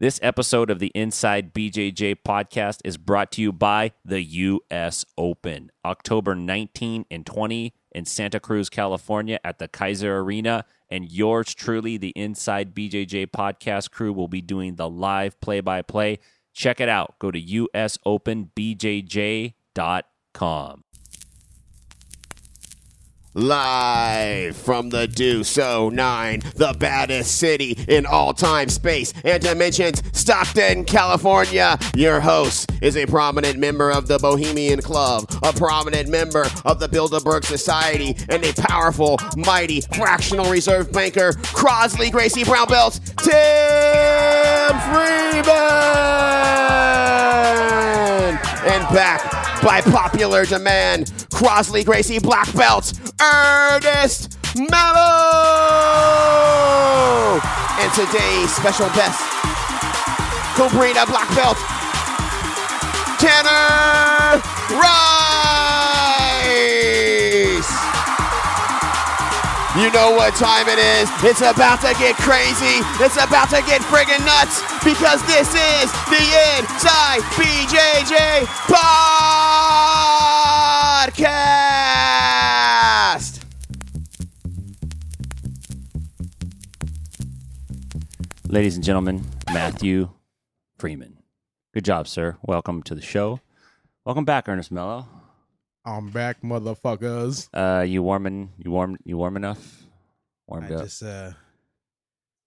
This episode of the Inside BJJ podcast is brought to you by the U.S. Open, October 19 and 20 in Santa Cruz, California at the Kaiser Arena. And yours truly, the Inside BJJ podcast crew, will be doing the live play by play. Check it out. Go to usopenbjj.com. Live from the Deuce 09, the baddest city in all time, space, and dimensions, Stockton, California. Your host is a prominent member of the Bohemian Club, a prominent member of the Bilderberg Society, and a powerful, mighty, fractional reserve banker, Crosley Gracie Brown Belt, Tim Freeman! And back by popular demand, Crosley Gracie Black Belt, Ernest Mello! And today's special guest, Cobrina Black Belt, Tanner Rice! You know what time it is. It's about to get crazy. It's about to get friggin' nuts because this is the Inside BJJ Podcast. Ladies and gentlemen, Matthew Freeman. Good job, sir. Welcome to the show. Welcome back, Ernest Mello. I'm back, motherfuckers. Uh, you warming? You warm? You warm enough? I Warmed up. just, uh,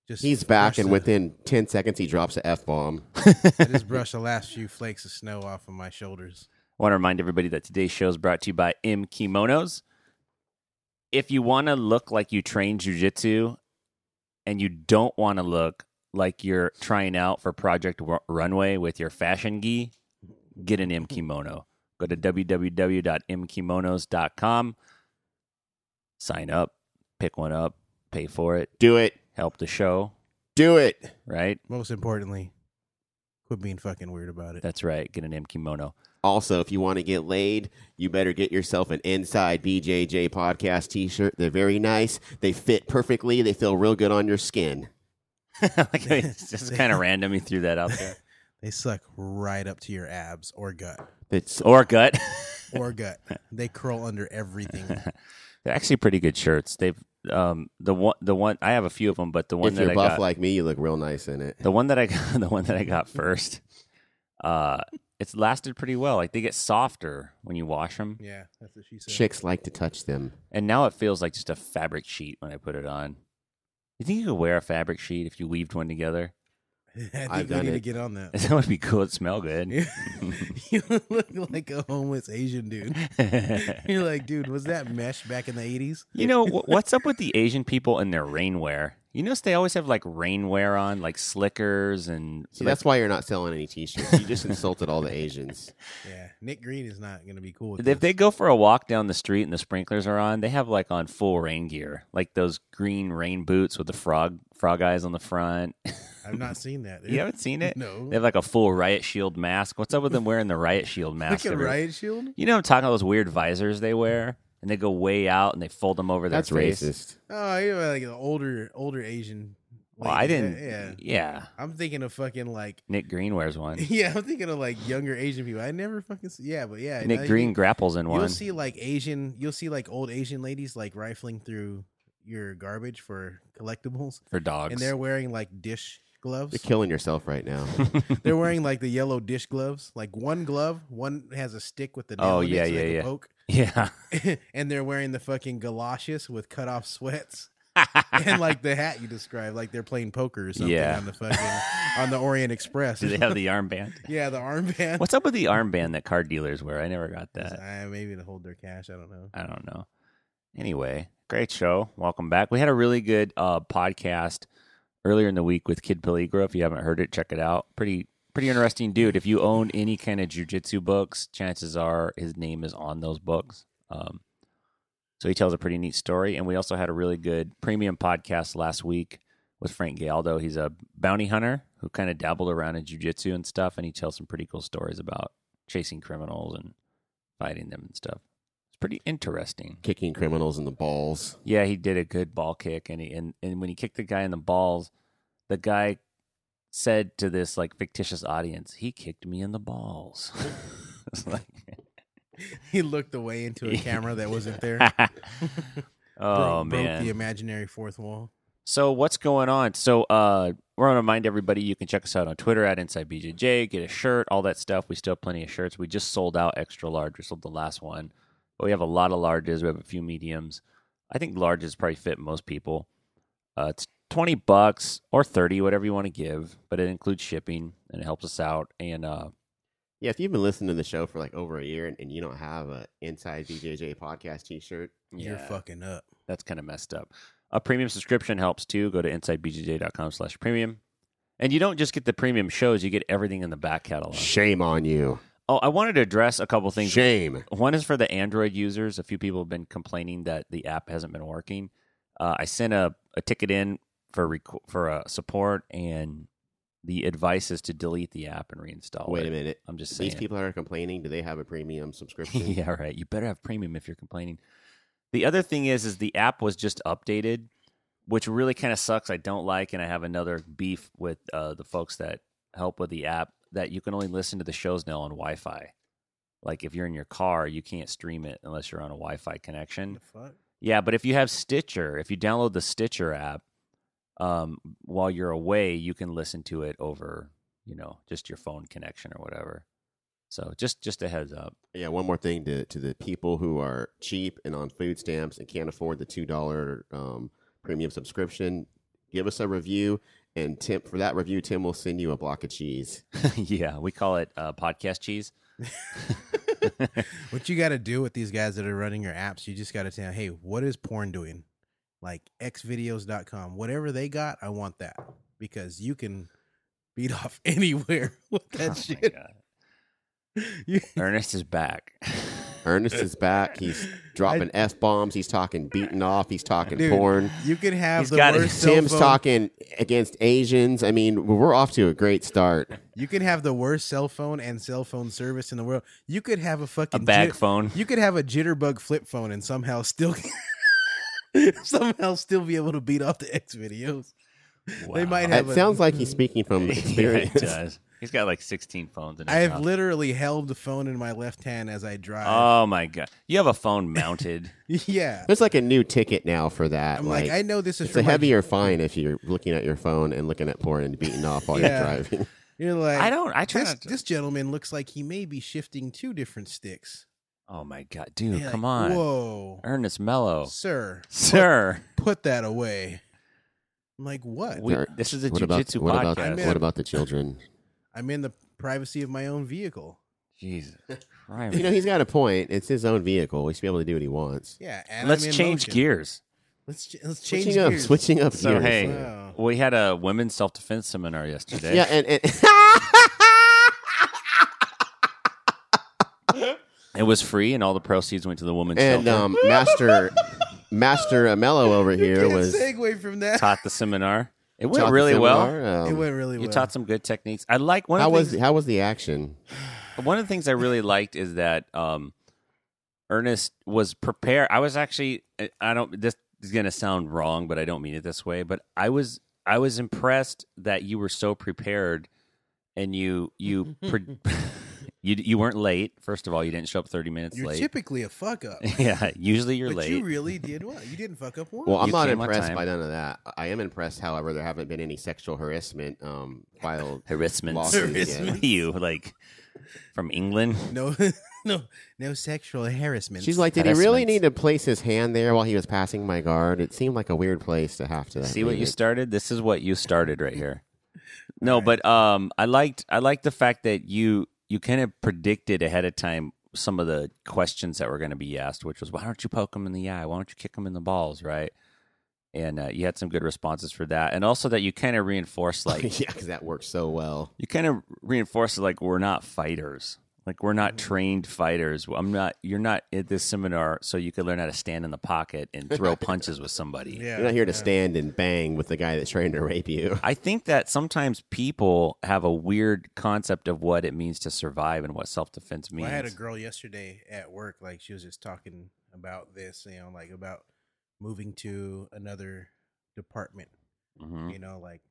just He's back, brushed and the- within 10 seconds, he drops a F bomb. I just brushed the last few flakes of snow off of my shoulders. I want to remind everybody that today's show is brought to you by M Kimonos. If you want to look like you train jujitsu, and you don't want to look like you're trying out for Project Ru- Runway with your fashion gi, get an M Kimono. Go to www.mkimonos.com. Sign up, pick one up, pay for it, Do it. help the show, Do it. right? Most importantly, quit being fucking weird about it. That's right. Get an M Kimono. Also, if you want to get laid, you better get yourself an Inside BJJ Podcast t shirt. They're very nice, they fit perfectly, they feel real good on your skin. like, I mean, it's just kind of random. He threw that out there. They suck right up to your abs or gut It's Or gut. or gut. They curl under everything. They're actually pretty good shirts. They've um the one the one I have a few of them, but the one if that you're I buff got like me, you look real nice in it. the one that I got the one that I got first. Uh, it's lasted pretty well. Like they get softer when you wash them, Yeah, that's what she said. Chicks like to touch them. and now it feels like just a fabric sheet when I put it on. You think you could wear a fabric sheet if you weaved one together? I think I've we done need it. to get on that. That would be cool. It'd smell good. you look like a homeless Asian dude. You're like, dude, was that mesh back in the 80s? You know wh- what's up with the Asian people and their rainwear? You notice they always have like rainwear on, like slickers and So that's why you're not selling any t-shirts. You just insulted all the Asians. Yeah, Nick Green is not going to be cool with If this. they go for a walk down the street and the sprinklers are on, they have like on full rain gear, like those green rain boots with the frog frog eyes on the front. I've not seen that. you haven't seen it? No. They have like a full riot shield mask. What's up with them wearing the riot shield mask? Look at every- Riot Shield. You know, what I'm talking about those weird visors they wear, and they go way out and they fold them over their That's face. racist. Oh, you know, like an older, older Asian. Well, I lady. didn't. Yeah, Yeah. yeah. I'm thinking of fucking like. Nick Green wears one. Yeah, I'm thinking of like younger Asian people. I never fucking. See, yeah, but yeah, now Nick you- Green grapples in You'll one. see like Asian. You'll see like old Asian ladies like rifling through your garbage for collectibles, for dogs. and they're wearing like dish gloves. You're killing yourself right now. They're wearing like the yellow dish gloves. Like one glove, one has a stick with the nail Oh, in it yeah, so they yeah, can yeah. poke. yeah. and they're wearing the fucking galoshes with cut off sweats and like the hat you described, like they're playing poker or something Yeah. on the fucking on the Orient Express. Do they have the armband? yeah, the armband. What's up with the armband that car dealers wear? I never got that. Uh, maybe to hold their cash. I don't know. I don't know. Anyway, great show. Welcome back. We had a really good uh, podcast earlier in the week with Kid Peligro. If you haven't heard it, check it out. Pretty pretty interesting dude. If you own any kind of jujitsu books, chances are his name is on those books. Um, so he tells a pretty neat story. And we also had a really good premium podcast last week with Frank Galdo. He's a bounty hunter who kind of dabbled around in jujitsu and stuff, and he tells some pretty cool stories about chasing criminals and fighting them and stuff. It's pretty interesting. Kicking criminals in the balls. Yeah, he did a good ball kick, and he and, and when he kicked the guy in the balls, the guy said to this like fictitious audience, "He kicked me in the balls." It's like, He looked away into a camera that wasn't there. oh broke, broke man. the imaginary fourth wall. So what's going on? So uh we're gonna remind everybody you can check us out on Twitter at Inside BJJ, get a shirt, all that stuff. We still have plenty of shirts. We just sold out extra large. We sold the last one. But we have a lot of larges. We have a few mediums. I think larges probably fit most people. Uh, it's twenty bucks or thirty, whatever you want to give, but it includes shipping and it helps us out. And uh, Yeah, if you've been listening to the show for like over a year and, and you don't have a Inside BJJ podcast T-shirt, You're yeah. fucking up. That's kind of messed up. A premium subscription helps too. Go to insidebjj.com slash premium. And you don't just get the premium shows, you get everything in the back catalog. shame on you. Oh, I wanted to address a couple things. Shame. One is for the Android users. A few people have been complaining that the app hasn't been working. Uh, I sent a, a ticket in for reco- for uh, support, and the advice is to delete the app and reinstall Wait it. a minute. I'm just saying. These people that are complaining, do they have a premium subscription? yeah, right. You better have premium if you're complaining. The other thing is, is the app was just updated, which really kind of sucks. I don't like, and I have another beef with uh, the folks that help with the app that you can only listen to the shows now on Wi-Fi. Like if you're in your car, you can't stream it unless you're on a Wi-Fi connection. The fuck? Yeah, but if you have Stitcher, if you download the Stitcher app, um, while you're away, you can listen to it over, you know, just your phone connection or whatever. So just just a heads up. Yeah, one more thing to, to the people who are cheap and on food stamps and can't afford the two dollar um, premium subscription. Give us a review, and Tim for that review, Tim will send you a block of cheese. yeah, we call it uh, podcast cheese. What you got to do with these guys that are running your apps, you just got to tell, hey, what is porn doing? Like xvideos.com, whatever they got, I want that because you can beat off anywhere with that Oh my shit. God. You- Ernest is back. Ernest is back. He's dropping f bombs. He's talking beating off. He's talking Dude. porn. You can have He's the got it. worst cell Tim's phone. talking against Asians. I mean, we're off to a great start. You can have the worst cell phone and cell phone service in the world. You could have a a fucking bag jit- phone. You could have a jitterbug flip phone and somehow still somehow still be able to beat off the X videos. They Wow. might have That a- sounds like he's speaking from yeah, it experience. does. He's got like 16 phones in his I have house. literally held the phone in my left hand as I drive. Oh my god. You have a phone mounted. yeah. There's like a new ticket now for that. I'm like, I know this is It's for a my- heavier fine if you're looking at your phone and looking at porn and beating off while Yeah. you're driving. You're like, I don't I try This, not to. this gentleman looks like he may be shifting two different sticks. Oh my god, dude, You're come like, on. Oh. Whoa. Ernest Mellow. Sir, Sir. put that away. I'm like, what? We, There- this is a What about jujitsu what podcast. about what about the children? I'm in the privacy of my own vehicle. Jesus Christ. you know, he's got a point. It's his own vehicle. He should be able to do what he wants. Yeah. And Let's I'm in change motion. gears. Let's, ch- let's change Switching up, gears. switching up. So gears. hey, Wow. we had a women's self defense seminar yesterday. yeah, and, and It was free, and all the proceeds went to the women's and shelter. um, Master Master Amello over here Can't was segue from that. taught the seminar. It taught went the really well. seminar, um, it went really You well. taught some good techniques. I like one how of the was things, how was the action? one of the things I really liked is that um, Ernest was prepared. I was actually I- I don't this is going to sound wrong, but I don't mean it this way. But I was I was impressed that you were so prepared and you you pre- you you weren't late. First of all, you didn't show up thirty minutes You're late. typically a fuck up. yeah, usually you're but late. you really did well. You didn't fuck up once. Well, I'm You not came on impressed time. by none of that. I am impressed, however, there haven't been any sexual harassment um, filed. Harassment. Lawsuits, yeah. you like from England. no, no, no sexual harassment. She's like, did he really Harassment. need to place his hand there while he was passing my guard? It seemed like a weird place to have to See what leave you it. started? This is what you started right here. No, but um I liked I liked the fact that you you kind of predicted ahead of time some of the questions that were going to be asked, which was why don't you poke him in the eye? Why don't you kick him in the balls, right? And uh, you had some good responses for that. And also that you kind of reinforced like Oh, yeah, because that works so well. you kind of reinforce it like we're not fighters like we're Mm-hmm. not trained fighters i'm not you're not at this seminar so you could learn how to stand in the pocket and throw punches with somebody yeah, You're not here to yeah. stand and bang with the guy that's trying to rape you. i think that sometimes people have a weird concept of what it means to survive and what self-defense Well, means I had a girl yesterday at work. Like she was just talking about this, you know, like about moving to another department. Mhm. Hmm. You know, like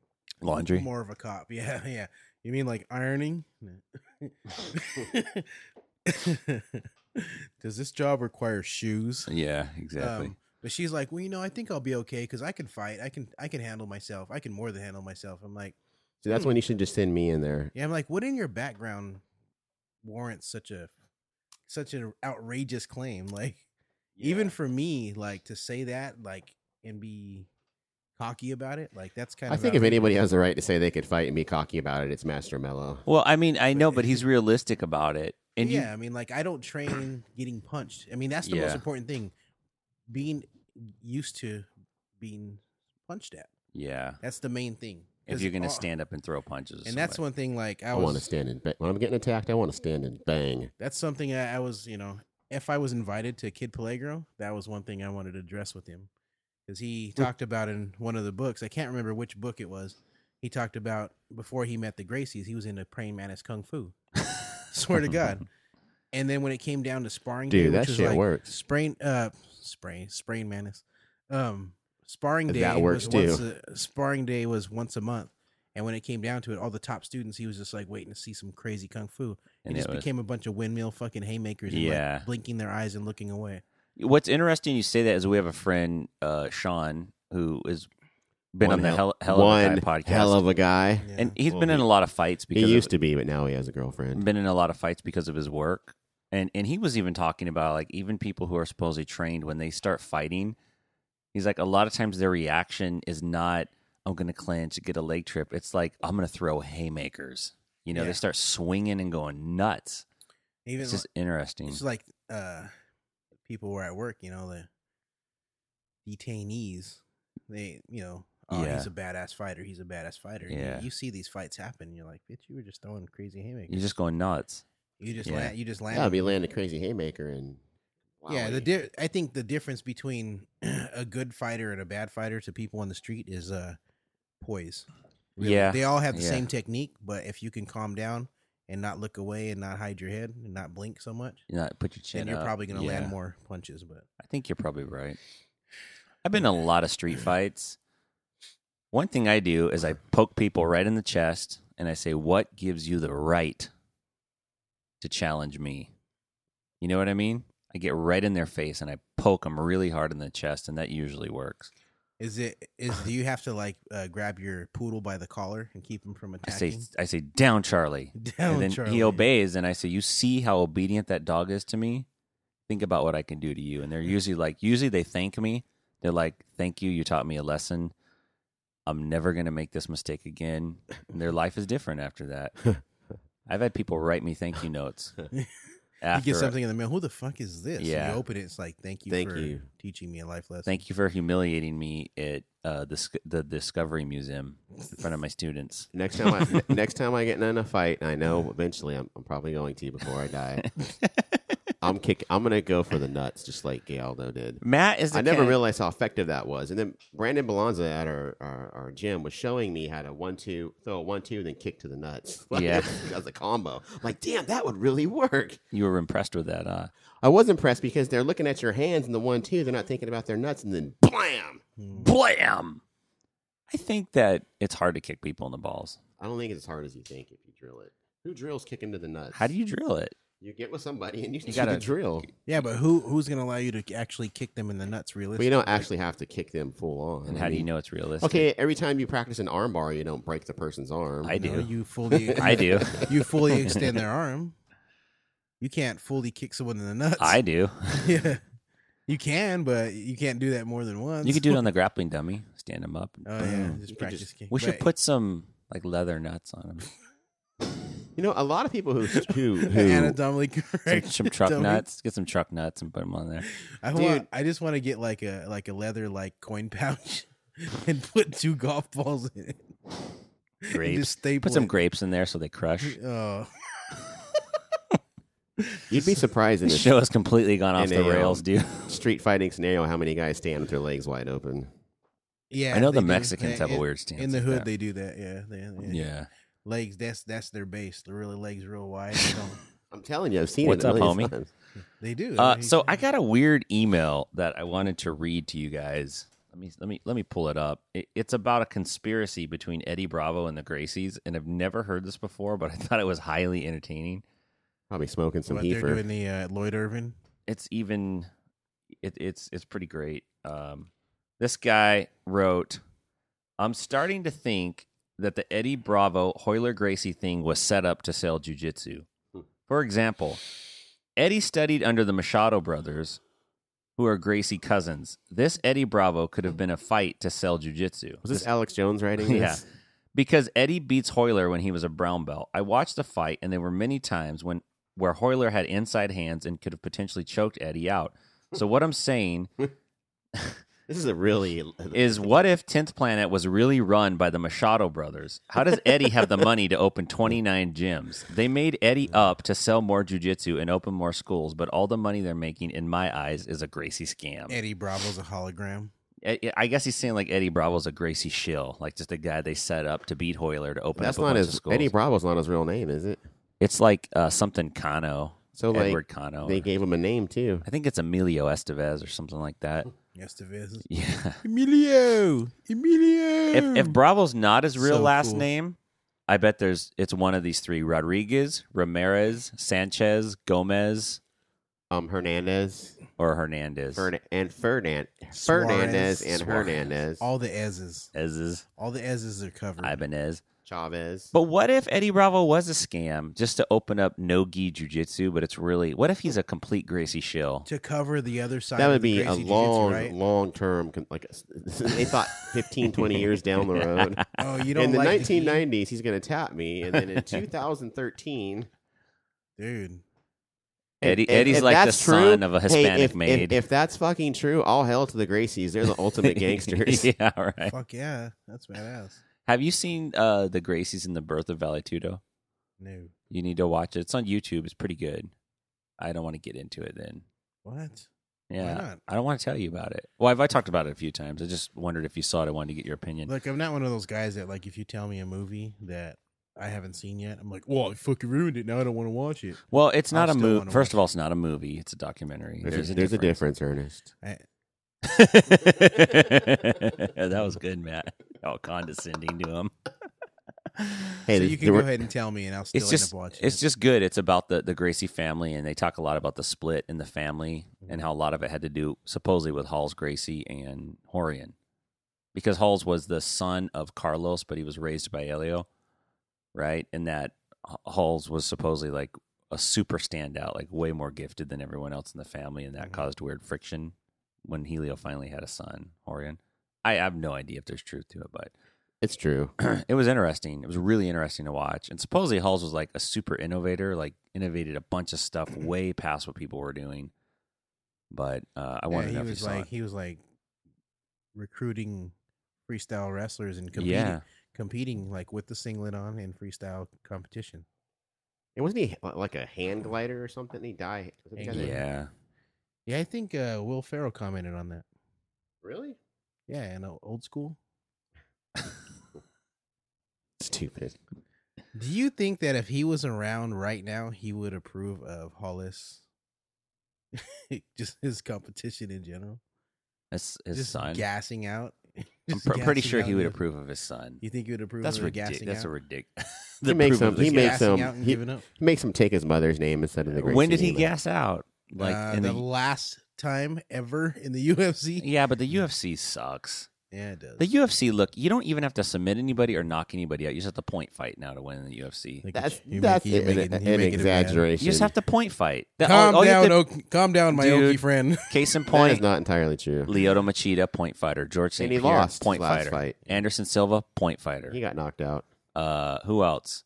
Laundry. More of a cop. Yeah, yeah. You mean like ironing? Does this job require shoes? Yeah, exactly. Um, but she's like, well, you know, I think I'll be okay because I can fight. I can, I can handle myself. I can more than handle myself. I'm like, So Hmm. that's when you should just send me in there. yeah, I'm like, what in your background warrants such a, such an outrageous claim? Like, even for me, like to say that, like, and be cocky about it, like that's kind I of. think if outrageous. anybody has the right to say they could fight and be cocky about it, it's Master Mello. Well, I mean, I know, but he's realistic about it. And yeah, I mean, like I don't train getting punched. I mean, that's the Yeah. most important thing. Being used to being punched at. you, yeah, That's the main thing. if 'Cause you're gonna all- stand up and throw punches, at and that's somebody. one thing. Like I I want to was, stand and bang. When I'm getting attacked, I want to stand and bang. that's something I, I was. You know, if I was invited to Kid Pellegro, that was one thing I wanted to address with him because he talked about in one of the books. I can't remember which book it was. He talked about before he met the Gracies, he was into praying mantis kung fu. Swear to God. And then when it came down to sparring, day, Dude, that which was shit like, works. sprain uh sprain sprain madness um sparring That day works was once a, sparring day was once a month and when it came down to it all the top students he was just like waiting to see some crazy kung fu it And just it was- became a bunch of windmill fucking haymakers and like, Yeah. blinking their eyes and looking away What's interesting you say that is we have a friend, uh, Sean, who has been One on the hell, hell one of a Guy podcast, hell of a guy. Yeah. and he's Well, been in he- a lot of fights because of- He used to be, but now he has a girlfriend. been in a lot of fights because of his work. And and he was even talking about like even people who are supposedly trained when they start fighting, he's like a lot of times their reaction is not I'm going to clinch, get a leg trip. It's like I'm going to throw haymakers. You know, Yeah. they start swinging and going nuts. even It's just interesting. It's like uh, people were at work, you know, the detainees. They, you know, oh, Yeah. he's a badass fighter. He's a badass fighter. You- Yeah. You, see these fights happen, and you're like, bitch, you were just throwing crazy haymakers. You're just going nuts. You just, Yeah. land, you just Yeah, landed. be land a crazy haymaker and yeah, the Wowie. di- I think the difference between a good fighter and a bad fighter to people on the street is uh, poise. Really. Yeah. they all have the Yeah. same technique, but if you can calm down and not look away and not hide your head and not blink so much, You know, put your chin then you're up. probably going to Yeah. land more punches. But I think you're probably right. I've been in a lot of street fights. One thing I do is I poke people right in the chest and I say, What gives you the right to challenge me? You know what I mean? I get right in their face and I poke them really hard in the chest, and that usually works. Is it is do you have to like uh, grab your poodle by the collar and keep him from I say, attacking? I say, Down, Charlie. Down, and then Oh, Charlie. he obeys, and I say, You see how obedient that dog is to me? Think about what I can do to you. And they're Mm. usually like, usually they thank me. They're like, Thank you, you taught me a lesson. I'm never gonna make this mistake again. And their life is different after that. I've had people write me thank you notes. You After get something in the mail. Who the fuck is this? And Yeah. you open it. It's like thank you Thank for you. teaching me a life lesson. thank you for humiliating me at uh, the Sc- the Discovery Museum in front of my students. Next time, I, ne- next time I get in a fight, and I know eventually I'm, I'm probably going to before I die. I'm kick. I'm gonna go for the nuts, just like Galdo did. Matt is. The I never cat. realized how effective that was. And then Brandon Balanza at our, our, our gym was showing me how to one two throw a one two then kick to the nuts. Like, Yeah. that's a combo. I'm like damn, that would really work. you were impressed with that, huh? I was impressed because they're looking at your hands in the one two. They're not thinking about their nuts, and then blam. Hmm. Blam. I think that it's hard to kick people in the balls. I don't think it's as hard as you think if you drill it. Who drills kicking to the nuts? How do you drill it? you get with somebody and you, do gotta- the drill? Yeah, but who who's gonna allow you to actually kick them in the nuts? But Realistically, you don't actually have to kick them full on. And I how do you Mm-hmm. mean- know it's realistic? Okay, every time you practice an armbar, you don't break the person's arm. I do. No, you fully I do. you fully extend their arm. You can't fully kick someone in the nuts. I do. yeah. You can, but you can't do that more than once. You could do it on Mm. the grappling dummy. Stand him up. Oh yeah, Boom. just You could practice. just- kick. We should But- put some like leather nuts on him. You know, a lot of people who who, who anatomically Some, correct. some truck dummy. nuts. Get some truck nuts and put them on there. I Dude. want. I just want to get like a like a leather like coin pouch and put two golf balls in it. And Grapes. just staple Put some it. grapes in there so they crush. Oh, you'd be surprised in This this show has completely gone off um, the NAO. rails, dude. street fighting scenario how many guys stand with their legs wide open. yeah. I know the they do. Mexicans They- have a in- weird stance. In the like hood, that. they do that. Yeah, they- they- yeah. Legs. That's that's their base. The really legs real wide. They, don't, I'm telling you, I've seen What's it. a up, million homie? times. they do. Uh, They- so I got a weird email that I wanted to read to you guys. Let me let me let me pull it up. It, it's about a conspiracy between Eddie Bravo and the Gracies, and I've never heard this before, but I thought it was highly entertaining. Probably smoking some what they're heifer. doing the uh, Lloyd Irvin. It's even it, it's it's pretty great. Um, this guy wrote, "I'm starting to think that the Eddie Bravo Hoyler Gracie thing was set up to sell jujitsu. For example, Eddie studied under the Machado brothers." Who are Gracie cousins? This Eddie Bravo could have been a fight to sell jujitsu. Was this Alex Jones writing Yeah. this? Because Eddie beats Hoyler when he was a brown belt. I watched the fight and there were many times when where Hoyler had inside hands and could have potentially choked Eddie out. So what I'm saying This is a really is what if 10th Planet was really run by the Machado brothers? How does Eddie have the money to open 29 gyms? They made Eddie up to sell more jujitsu and open more schools, but all the money they're making, in my eyes, is a Gracie scam. Eddie Bravo's a hologram. I- I guess he's saying like Eddie Bravo's a Gracie shill, like just a guy they set up to beat Hoyler to open That's up a not bunch of his schools. Eddie Bravo's not his real name, is it? It's like uh, something Cano. So Oh, like Edward Cano. they gave him a name too. I think it's Emilio Estevez or something like that. Yes, it is. Yeah. Emilio, Emilio. If if Bravo's not his real So last cool. name, I bet there's it's one of these three: Rodriguez, Ramirez, Sanchez, Gomez, Um, Hernandez or Hernandez. Fern- and Fernand Suarez. Fernandez and Suarez. Hernandez all the S's, Ezes, all the S's are covered. Mm. Ibanez. Chavez. But what if Eddie Bravo was a scam just to open up no gi jujitsu? But it's really what if he's a complete Gracie shill? to cover the other side. That of would the be a Gracie Jiu-Jitsu, long, right? long term. con- Like they thought, 15, 20 years down the road. Oh, you don't In the like nineteen heat? nineties, he's going to tap me, and then in two thousand thirteen, dude. Eddie, Eddie's like the son of a Hispanic hey, if, if- maid. If, that's fucking true, all hell to the Gracies. They're the ultimate gangsters. yeah, right. Fuck yeah, that's badass. Have you seen uh, the Gracies in the Birth of Valetudo? No, You need to watch it. It's on YouTube. It's pretty good. I don't want to get into it then. what? Yeah. not? I don't want to tell you about it. Well, I've I talked about it a few times. I just wondered if you saw it. I wanted to get your opinion. Look, I'm not one of those guys that like if you tell me a movie that I haven't seen yet, I'm like, well, I fucking ruined it. Now I don't want to watch it. well, it's not I a still movie. wanna First watch of all, it's not a movie. It's a documentary. There's, a, there's a difference, Ernest. I, that was good, Matt. All condescending to him. Hey, so the- you the- can go ahead and tell me, and I'll still it's just end up watching. it's it. just good. It's about the the Gracie family, and they talk a lot about the split in the family Mm-hmm. and how a lot of it had to do supposedly with Halls Gracie and Horian, because Halls was the son of Carlos, but he was raised by Elio, right? And that H- Halls was supposedly like a super standout, like way more gifted than everyone else in the family, and that Mhm. caused weird friction when Helio finally had a son, Horian. I have no idea if there's truth to it, but it's true. it was interesting. It was really interesting to watch. And supposedly Halls was like a super innovator, like innovated a bunch of stuff way past what people were doing. But uh, I yeah, wanted he to know if you was saw like it. he was like recruiting freestyle wrestlers and competing, Yeah, competing like with the singlet on in freestyle competition. And wasn't he li- like a hand glider or something? He died. Was it the guy that- yeah. Yeah, I think uh, Will Farrell commented on that. Really? Yeah, and old school. Stupid. Do you think that if he was around right now, he would approve of Hollis? just his competition in general. That's his just son. gassing out. I'm Just pr- pretty gassing sure out he would and- approve of his son. You think he would approve That's of the ridiculous. gassing That's a out? ridiculous. He makes him- he Just makes gassing him- out and he- giving up. He makes him take his mother's name instead of the Gracie When did he name. gas out? Like Like uh, in the, the, last time ever in the UFC. yeah, but the UFC sucks. Yeah, it does. The UFC look, you don't even have to submit anybody or knock anybody out. You just have to point fight now to win in the UFC. Like, That's you make that's it- you make an, it- you an make it a bad- exaggeration. You just have to point fight. That- all- Calm all you have down, to- Oak- calm down, my Dude. Oki friend. case in That point, is not entirely true. Lyoto Machida, point fighter. George St. And he Pierre, lost point his last fighter. fight. Anderson Silva, point fighter. He got knocked out. Uh, who else?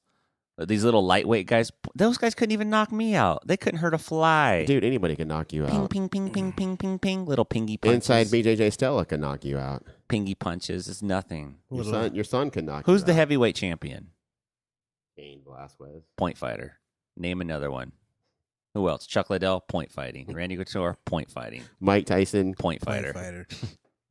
Uh, These little lightweight guys. Those guys couldn't even knock me out. They couldn't hurt a fly. Dude, anybody can knock you Ping, out. ping, ping, ping, ping, ping, ping. Little pingy punches. Inside BJJ Stella can knock you out. Pingy punches. It's nothing. Your Little- son, your son can knock. Who's you the out. heavyweight champion? Cain Velasquez. Point fighter. Name another one. Who else? Chuck Liddell, point fighting. Randy Couture, point fighting. Mike Tyson, Point fighter. fighter.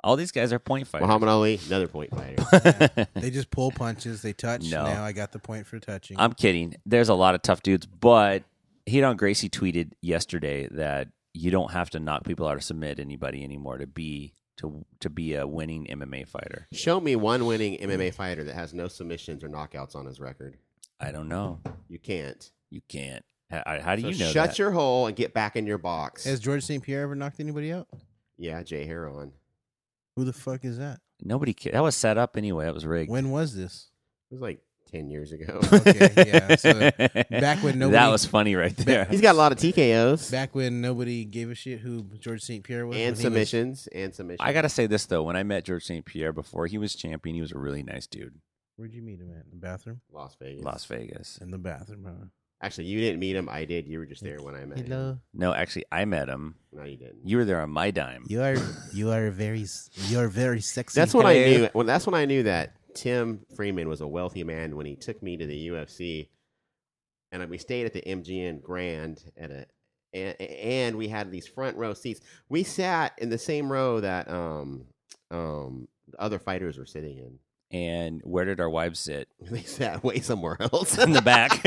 All these guys are point fighters. Muhammad Ali, another point fighter. They just pull punches. They touch. No. Now I got the point for touching. I'm kidding. There's a lot of tough dudes, but Hito and Gracie tweeted yesterday that you don't have to knock people out or submit anybody anymore to be to to be a winning MMA fighter? Show me one winning MMA fighter that has no submissions or knockouts on his record. I don't know. You can't. You can't. How, how do So you know? shut that? your hole and get back in your box. Has George St. Pierre ever knocked anybody out? yeah, Jay Heron. Who the fuck is that? Nobody. ca- That was set up anyway. That was rigged. When was this? It was like ten years ago. Okay, yeah. So back when nobody- That was funny right there. He's got a lot of TKOs back when nobody gave a shit who George St. Pierre was. and when he was- submissions and submissions. I gotta say this though. When I met George St. Pierre before he was champion, he was a really nice dude. Where'd you meet him at? In the bathroom? Las Vegas. Las Vegas. In the bathroom, huh? Actually, you didn't meet him. I did. You were just there when I met him. No, actually, I met him. No, you didn't. You were there on my dime. You are you are very you are very sexy. That's when I Hello. knew. Well, that's when I knew that Tim Freeman was a wealthy man when he took me to the UFC, and we stayed at the MGM Grand at a, and, and we had these front row seats. We sat in the same row that um um the other fighters were sitting in. and where did our wives sit? They sat way somewhere else. In the back.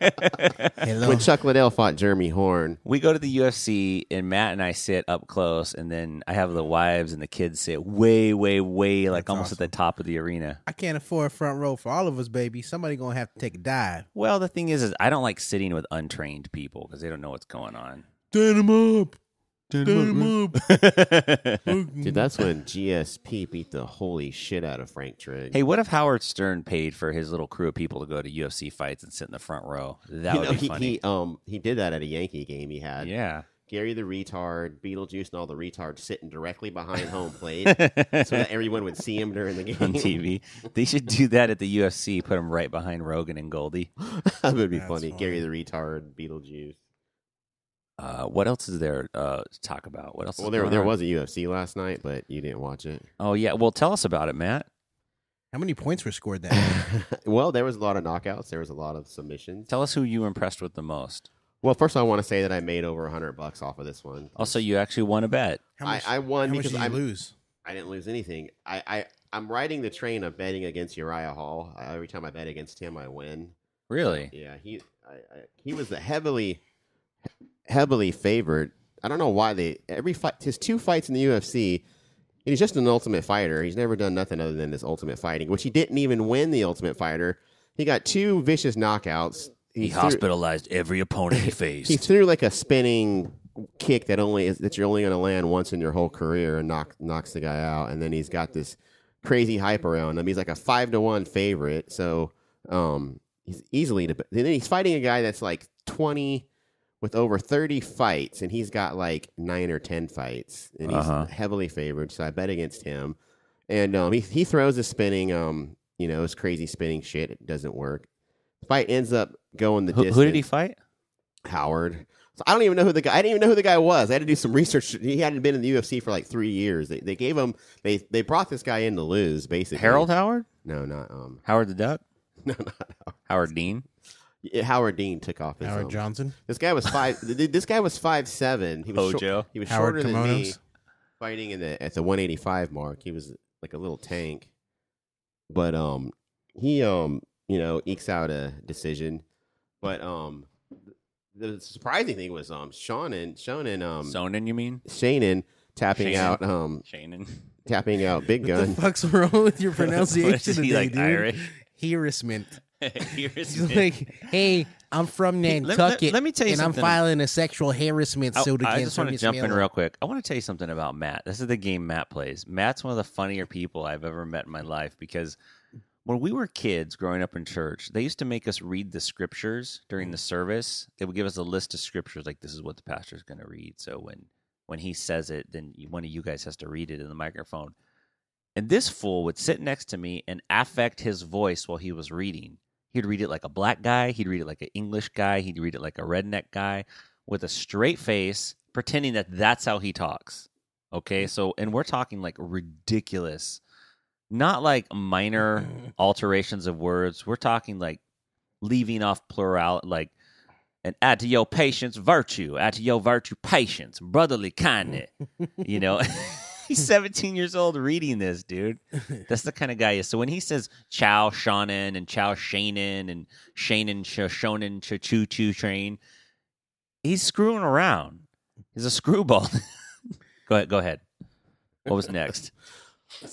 Hello. when Chuck Liddell fought Jeremy Horn, we go to the UFC, and Matt and I sit up close, and then I have the wives and the kids sit way, way, way, like That's almost at awesome. the top of the arena. I can't afford front row for all of us, baby. Somebody gonna have to take a dive. Well, the thing is, is I don't like sitting with untrained people because they don't know what's going on. Turn him up. Turn him up. dude, that's when GSP beat the holy shit out of Frank Trigg. hey, what if Howard Stern paid for his little crew of people to go to UFC fights and sit in the front row? That you would know, be he, funny. he uh, um he did that at a Yankee game he had. yeah. Gary the retard, Beetlejuice, and all the retards sitting directly behind home plate so that everyone would see him during the game. on TV. They should do that at the UFC. Put him right behind Rogan and Goldie. that would be That's funny. funny. Gary the retard, Beetlejuice. Uh, what else is there uh, to talk about? What else? Well, is there going there on? was a UFC last night, but you didn't watch it. Oh yeah. Well, tell us about it, Matt. How many points were scored that night? well, there was a lot of knockouts. There was a lot of submissions. Tell us who you were impressed with the most. Well, first I want to say that I made over hundred bucks off of this one. Also, you actually won a bet. How I- much, I won how much because did you I'm- lose. I didn't lose anything. I, I I'm riding the train of betting against Uriah Hall. Uh, every time I bet against him, I win. Really? Yeah, he I, I, he was the heavily heavily favored. I don't know why they every fight his two fights in the UFC. and He's just an ultimate fighter. He's never done nothing other than this ultimate fighting, which he didn't even win the ultimate fighter. He got two vicious knockouts. He threw- hospitalized every opponent he He faced. threw like a spinning kick that only is that you're only going to land once in your whole career and knock knocks the guy out. And then he's got this crazy hype around him. He's like a five to one favorite, so um, he's easily to. And then he's fighting a guy that's like twenty with over thirty fights, and he's got like nine or ten fights, and he's Uh-huh. heavily favored. So I bet against him, and um, he he throws his spinning um. You know, his crazy spinning shit it doesn't work. Fight ends up going the who, distance. who did he fight? Howard. So I don't even know who the guy. I didn't even know who the guy was. I had to do some research. He hadn't been in the UFC for like three years. They, they gave him. They they brought this guy in to lose. Basically, Harold Howard? No, not um. Howard the Duck? No, not Howard Dean? yeah, Howard Dean took off his. Howard um, Johnson. This guy was five. th- th- this guy was five seven. He was short- Hojo. he was Howard shorter than me. Kimonos? Fighting in the at the one eighty five mark. He was like a little tank. But um, he um, you know, ekes out a decision. But um, the surprising thing was um, Sean and Sean and um, Sonnen, you mean? Shannon tapping Shannon. out um Shannon. tapping out Big What the Gun. fuck's wrong with your pronunciation What is he, today, like, dude? Irish? Harassment. Here's He's like, hey, I'm from Hey, let- let- Nantucket. let me tell you and something. I'm filing a sexual harassment I- suit I, against just want to Ernest jump in Miller." real quick. I want to tell you something about Matt. This is the game Matt plays. Matt's one of the funnier people I've ever met in my life because when we were kids growing up in church, they used to make us read the scriptures during the service. They would give us a list of scriptures, like this is what the pastor's going to read. So when when he says it, then you- one of you guys has to read it in the microphone. And this fool would sit next to me and affect his voice while he was reading. He'd read it like a black guy. He'd read it like an English guy. He'd read it like a redneck guy with a straight face, pretending that that's how he talks. Okay. So, and we're talking like ridiculous, not like minor Mm, alterations of words. We're talking like leaving off plural, like, and add to your patience virtue, add to your virtue patience, brotherly kindness. you know, he's 17 years old reading this, dude. That's the kind of guy he is. So when he says Chow Shannon and Chow Shannon and Shannon Shoshonen Choo Choo Train, he's screwing around. He's a screwball. go ahead. Go ahead. What was next?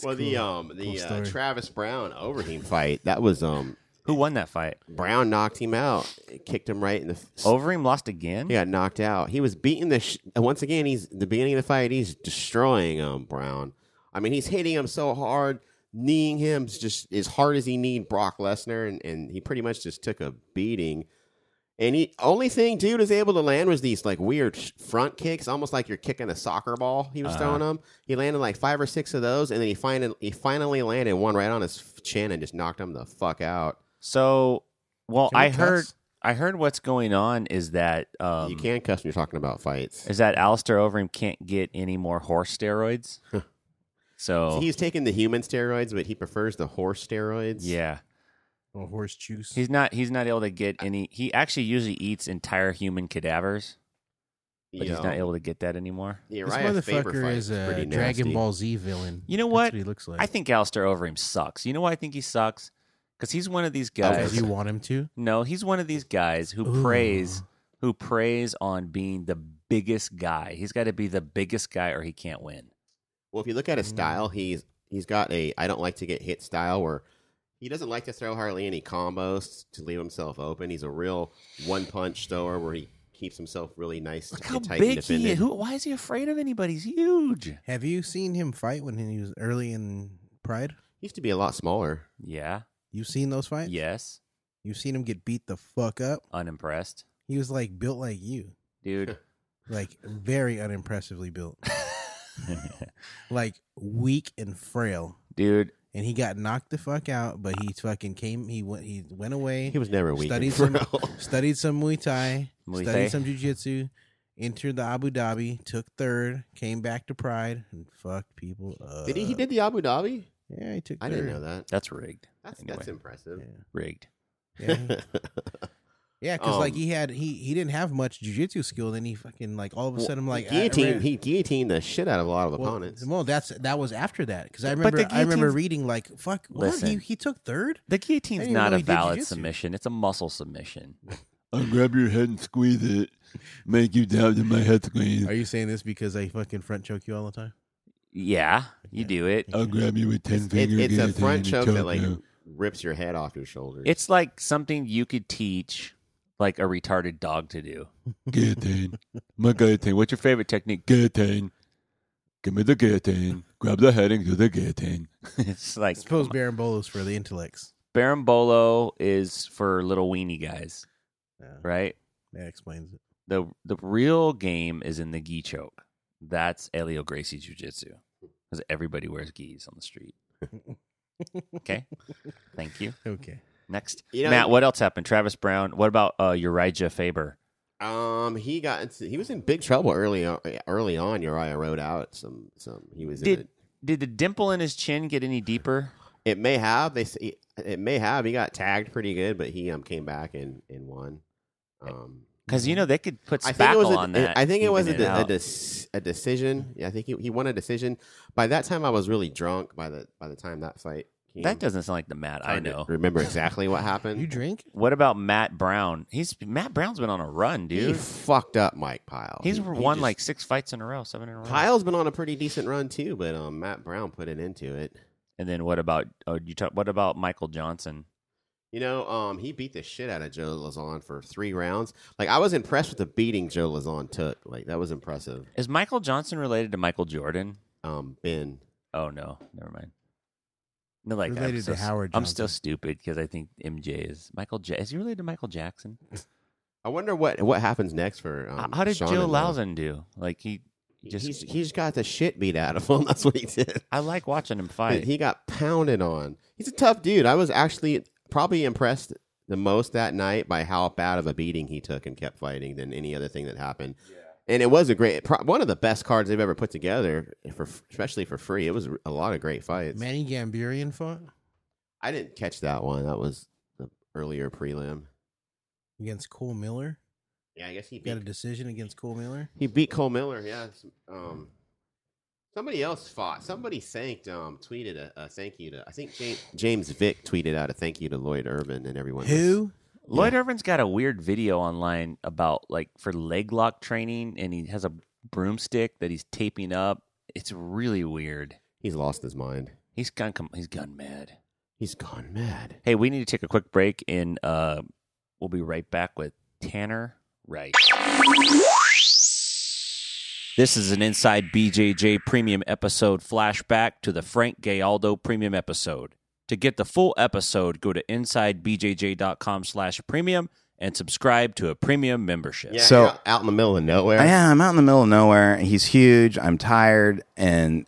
well, the um Cool the uh, story. Travis Brown Overeem fight that was um Who won that fight? Brown knocked him out, kicked him right in the f- Overeem lost again. He got knocked out. He was beating the sh- once again. He's the beginning of the fight. He's destroying um Brown. I mean, he's hitting him so hard, kneeing him just as hard as he kneed Brock Lesnar, and, and he pretty much just took a beating. And he only thing dude was able to land was these like weird sh- front kicks, almost like you're kicking a soccer ball. He was Uh-huh. throwing them. He landed like five or six of those, and then he finally he finally landed one right on his f- chin and just knocked him the fuck out. So, well, Can we I heard cuss? I heard what's going on is that um, you can cuss when you're talking about fights. is that Alistair Overeem can't get any more horse steroids. so So he's taking the human steroids, but he prefers the horse steroids. yeah, Or horse juice. he's not he's not able to get any. He actually usually eats entire human cadavers, You but he's know, not able to get that anymore. the this Uriah Faber motherfucker fight is a pretty Dragon nasty. Ball Z villain. You know That's what? he looks like. I think Alistair Overeem sucks. You know why I think he sucks? Because he's one of these guys. As you want him to. No, he's one of these guys who Ooh. preys who preys on being the biggest guy. He's got to be the biggest guy or he can't win. Well, if you look at his Mm. style, he's he's got a I don't like to get hit style where he doesn't like to throw hardly any combos to leave himself open. He's a real one punch thrower where he keeps himself really nice, Look and how tight big and he defended. is. Who, why is he afraid of anybody? He's huge. Have you seen him fight when he was early in Pride? He used to be a lot smaller. Yeah. You've seen those fights? Yes. You've seen him get beat the fuck up. Unimpressed. He was like built like you. Dude. Like very unimpressively built. Like weak and frail. Dude, And he got knocked the fuck out, but he fucking came he went he went away. He was never weak. Studied Studies some- studied some Muay Thai, Muay Thai. studied some Jiu Jitsu, entered the Abu Dhabi, took third, came back to Pride, and fucked people up. Did he? He did the Abu Dhabi. Yeah, he took. I third. didn't know that. that's rigged. That's Anyway. that's impressive. Rigged. Yeah, yeah, yeah, because like Um, he had he he didn't have much Jiu Jitsu skill, then he fucking like all of a Well, sudden I'm like I- I guillotine. ran- He guillotined the shit out of a lot of well, opponents. Well, that's that was after that because I But the remember I remember guillotines- reading like fuck what he Listen. he took third. The I guillotine's didn't not know a he did valid jujitsu. submission. It's a muscle submission. I'll grab your head and squeeze it, make you down to my head squeeze. Are you saying this because I fucking front choke you all the time? Yeah, you Yeah. do it. I'll grab you with ten It's, it, fingers. it's a front choke that like rips your head off your shoulders. It's like something you could teach like a retarded dog to do. guillotine. My guillotine. What's your favorite technique? Guillotine. Give me the guillotine. Grab the head and do the guillotine. it's like Suppose Baron Bolos for the intellects. Barambolo is for little weenie guys, Yeah, right? That explains it. The the real game is in the gi choke. That's Elio Gracie jujitsu because everybody wears gis on the street. okay, thank you. Okay. Next, You know- Matt. What else happened? Travis Brown. What about uh, Urijah Faber? Um, he got into, he was in big trouble early on, early on. Uriah rode out some some. He was in Did it. did the dimple in his chin get any deeper? It may have they say it may have he got tagged pretty good, but he um came back and and won. Um, Because you know they could put I think it was spackle a, on that. I think it was a, even de- a, out. dec- a decision. Yeah, I think he, he won a decision. By that time, I was really drunk. By the by the time that fight came, that doesn't sound like the Matt I Hard to know. Remember exactly what happened? You drink? What about Matt Brown? He's Matt Brown's been on a run, He dude. fucked up Mike Pyle. He's He- he won just- like six fights in a row, seven in a row. Pyle's been on a pretty decent run too, but um Matt Brown put it into it. And then what about oh, you talk, what about Michael Johnson? You know, um, he beat the shit out of Joe Lazon for three rounds. Like I was impressed with the beating Joe Lazon took. Like that was impressive. Is Michael Johnson related to Michael Jordan? Um, Ben, Oh no, never mind. No, like I'm Related so to Howard I'm still Johnson. stupid because I think MJ is Michael. Ja- is he related to Michael Jackson? I wonder what what happens next for um, How- How did Sean Joe and, uh, Lausen do? Like he just. He's he's got the shit beat out of him. That's what he did. I like watching him fight. He got pounded on. He's a tough dude. I was actually probably impressed the most that night by how bad of a beating he took and kept fighting than any other thing that happened. And it was a great, pro- one of the best cards they've ever put together, for especially for free. It was a lot of great fights. Manny Gambirian fought I didn't catch that one. That was the earlier prelim. against Cole Miller. Yeah, I guess he beat, Got a decision against Cole Miller. he beat Cole Miller. Yeah. s- Um, somebody else fought. Somebody thanked, um, tweeted a, a thank you to. I think James, James Vick tweeted out a thank you to Lloyd Irvin and everyone. was- Who? Lloyd Irvin's got a weird video online about like for leg lock training, and he has a broomstick that he's taping up, It's really weird. He's lost his mind. He's gone. Com- he's gone mad. He's gone mad. Hey, we need to take a quick break, and uh, we'll be right back with Tanner Wright. This is an Inside BJJ Premium episode flashback to the Frank Gallardo Premium episode. To get the full episode, go to InsideBJJ.com slash premium and subscribe to a premium membership. Yeah. So- out, out in the middle of nowhere. I am. I'm out in the middle of nowhere. He's huge. I'm tired, and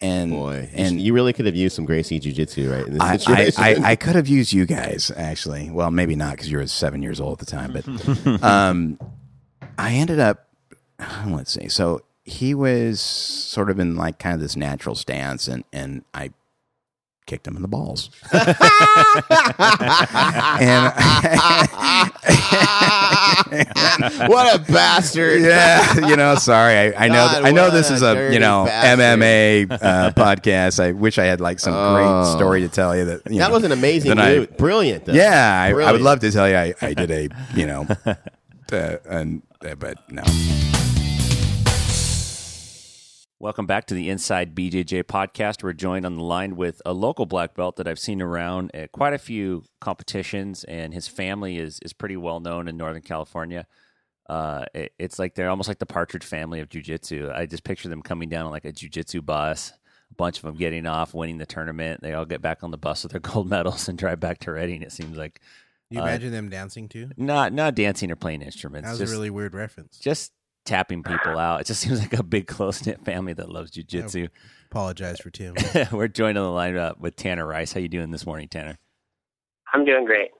and Boy, and and you really could have used some Gracie jujitsu, right? In this I, I, situation. I, I could have used you guys actually. Well, maybe not because you were seven years old at the time. But um, I ended up. Let's see. So he was sort of in like kind of this natural stance, and and I kicked him in the balls. and what a bastard! yeah, you know, sorry. I, I know, God, I know what this a is a dirty you know bastard. MMA uh, podcast. I wish I had like some Oh. great story to tell you that you That know, was an amazing then I- move. Brilliant, though. Yeah, I, I would Brilliant. love to tell you I, I did a you know, uh, and uh, but no. Welcome back to the Inside BJJ podcast. We're joined on the line with a local black belt that I've seen around at quite a few competitions, and his family is is pretty well known in Northern California. Uh, it- it's like they're almost like the Partridge family of jujitsu. I just picture them coming down on like a jujitsu bus, a bunch of them getting off, winning the tournament. They all get back on the bus with their gold medals and drive back to Reading. It seems like Can you Uh, imagine them dancing too? not not dancing or playing instruments. That was just, a really weird reference. just tapping people out. It just seems like a big close knit family that loves jujitsu. Apologize for Tim. We're joined on the line uh, with Tanner Rice. How you doing this morning, Tanner? I'm doing great.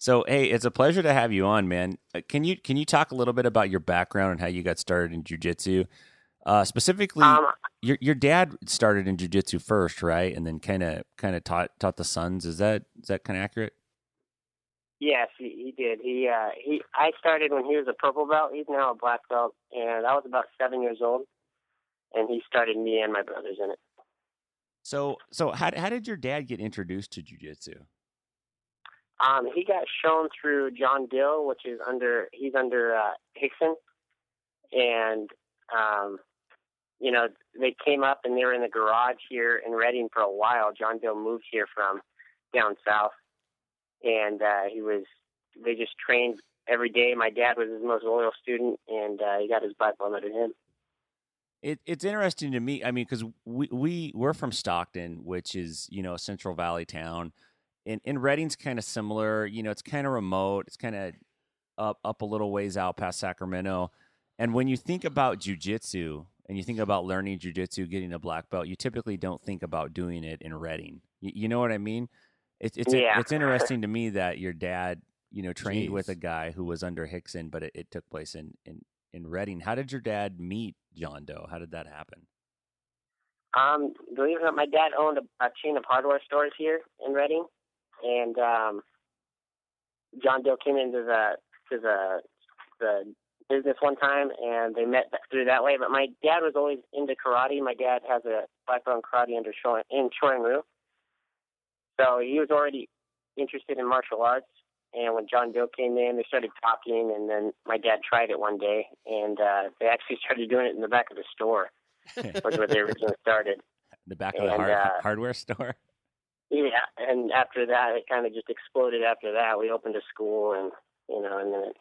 So, hey, it's a pleasure to have you on, man. Uh, Can you can you talk a little bit about your background and how you got started in jujitsu? Uh, specifically, Um, your your dad started in jujitsu first, right? And then kind of kind of taught taught the sons. Is that is that kind of accurate? yes, he, he did. He uh, he. I started when he was a purple belt. He's now a black belt, and I was about seven years old. And he started me and my brothers in it. So, so how how did your dad get introduced to jujitsu? Um, he got shown through John Dill, which is under he's under uh, Hickson, and um, you know they came up and they were in the garage here in Reading for a while. John Dill moved here from down south, and uh, he was they just trained every day. My dad was his most loyal student, and uh, he got his butt blown out of him. It, it's interesting to me. I mean, because we, we we're from Stockton, which is you know a Central Valley town, and and Reading's kind of similar. You know, it's kind of remote. It's kind of up up a little ways out past Sacramento. And when you think about jujitsu and you think about learning jujitsu, getting a black belt, you typically don't think about doing it in Reading. You, you know what I mean? It's it's Yeah. it's interesting to me that your dad you know trained Jeez. with a guy who was under Hickson, but it, it took place in in in Reading. How did your dad meet John Doe? How did that happen? Um, believe it or not, my dad owned a, a chain of hardware stores here in Reading, and um, John Doe came into the to the the business one time, and they met th- through that way. But my dad was always into karate. My dad has a black belt in karate under Shorin, in Shorin Ryu, so he was already interested in martial arts. And when John Doe came in, they started talking, and then my dad tried it one day, and uh, they actually started doing it in the back of the store, which was where they originally started. The back of the And, hard, uh, hardware store. Yeah, and after that, it kind of just exploded. After that, we opened a school, and you know, and then it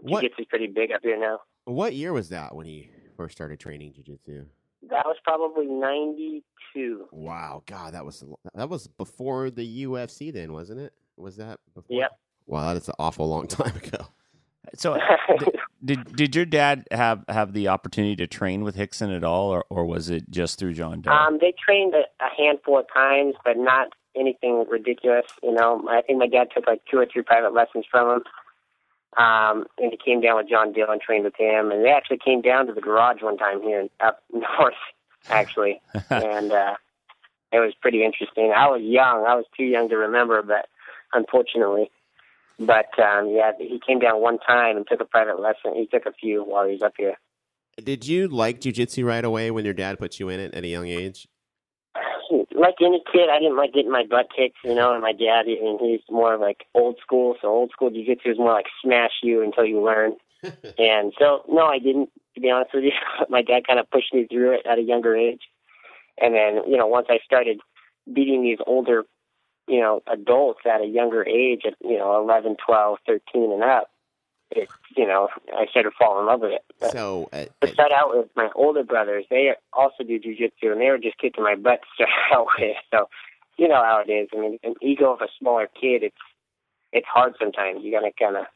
What jujitsu's pretty big up here now. What year was that when he first started training jujitsu? That was probably '92. Wow, God, that was a lo- that was before the UFC, then wasn't it? Was that before? Yep. Wow, that's an awful long time ago. So uh, did did your dad have have the opportunity to train with Hickson at all, or, or was it just through John Doe? um, they trained a, a handful of times, but not anything ridiculous. You know, I think my dad took like two or three private lessons from him. Um, and he came down with John Dill and trained with him, and they actually came down to the garage one time here in- up north, actually. and uh, it was pretty interesting. I was young; I was too young to remember, but unfortunately, but um, yeah, he came down one time and took a private lesson. He took a few while he was up here. Did you like jujitsu right away when your dad put you in it at a young age? like any kid, I didn't like getting my butt kicked, you know. And my dad, I mean, he's more like old school, so old school jujitsu is more like smash you until you learn. and so, no, I didn't. be honest with you. my dad kind of pushed me through it at a younger age, and then you know once I started beating these older, you know, adults at a younger age, at you know eleven, twelve, thirteen, and up, it you know I started falling in love with it. But So, uh, to start out with my older brothers, they also do jujitsu, and they were just kicking my butt to start out with. So, you know how it is. I mean, an ego of a smaller kid, it's it's hard sometimes. You gotta kind of,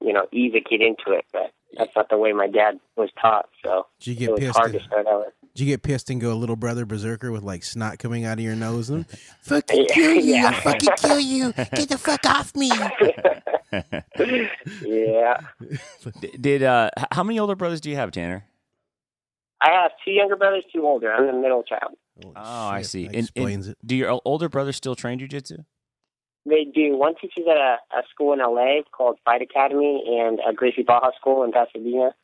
you know, ease a kid into it. But that's not the way my dad was taught. So Did you it get was pissed? hard and- to start out with. Did you get pissed and go little brother berserker with like snot coming out of your nose and Yeah, fucking kill you, yeah. I'll fucking kill you, get the fuck off me. yeah, D- did uh, h- how many older brothers do you have, Tanner? I have two younger brothers, two older. I'm the middle child. Oh, I see. That And- and- explains it. Do your o- older brothers still train jujitsu? They do. One teaches at a, a school in LA called Fight Academy and a Gracie Baja school in Pasadena.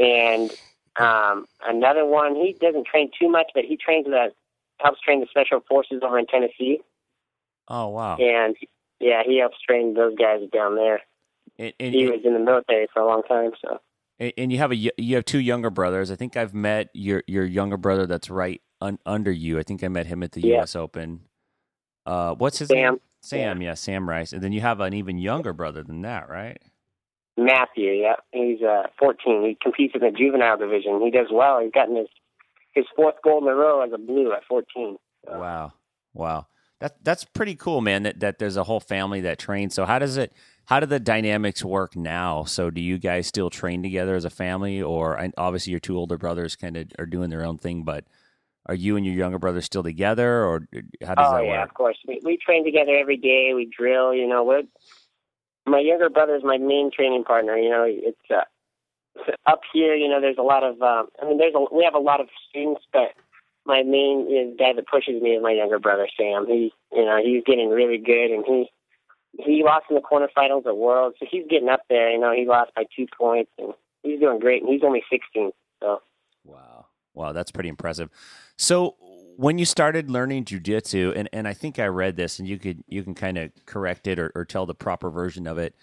And um, another one, he doesn't train too much, but he trains the helps train the special forces over in Tennessee. Oh wow! And yeah, he helps train those guys down there. And, and, He was in the military for a long time, so and- and you have a y- you have two younger brothers. I think I've met your your younger brother that's right un, under you. I think I met him at the Yeah. U.S. Open. Uh, what's his Sam. name? Sam. Yeah. Sam Rice. And then you have an even younger brother than that, right? Matthew, yeah, he's uh, 14. He competes in the juvenile division. He does well. He's gotten his his fourth gold in a row as a blue at 14. So- Wow. Wow. That that's pretty cool, man, that, that there's a whole family that trains. So how does it how do the dynamics work now? So do you guys still train together as a family or and obviously your two older brothers kind of are doing their own thing, but are you and your younger brother still together or how does oh that yeah, work? of course. We, we train together every day. We drill. You know, we're my younger brother is my main training partner. You know, it's uh, it's up here. You know, there's a lot of. Um, I mean, there's a, we have a lot of students, but my main is guy that pushes me is my younger brother Sam. He, you know, he's getting really good, and he he lost in the quarterfinals of the world, so he's getting up there. You know, he lost by two points, and he's doing great. And he's only 16, so. Wow. Wow, that's pretty impressive. So when you started learning jujitsu, and, and I think I read this, and you could you can kind of correct it or, or tell the proper version of it.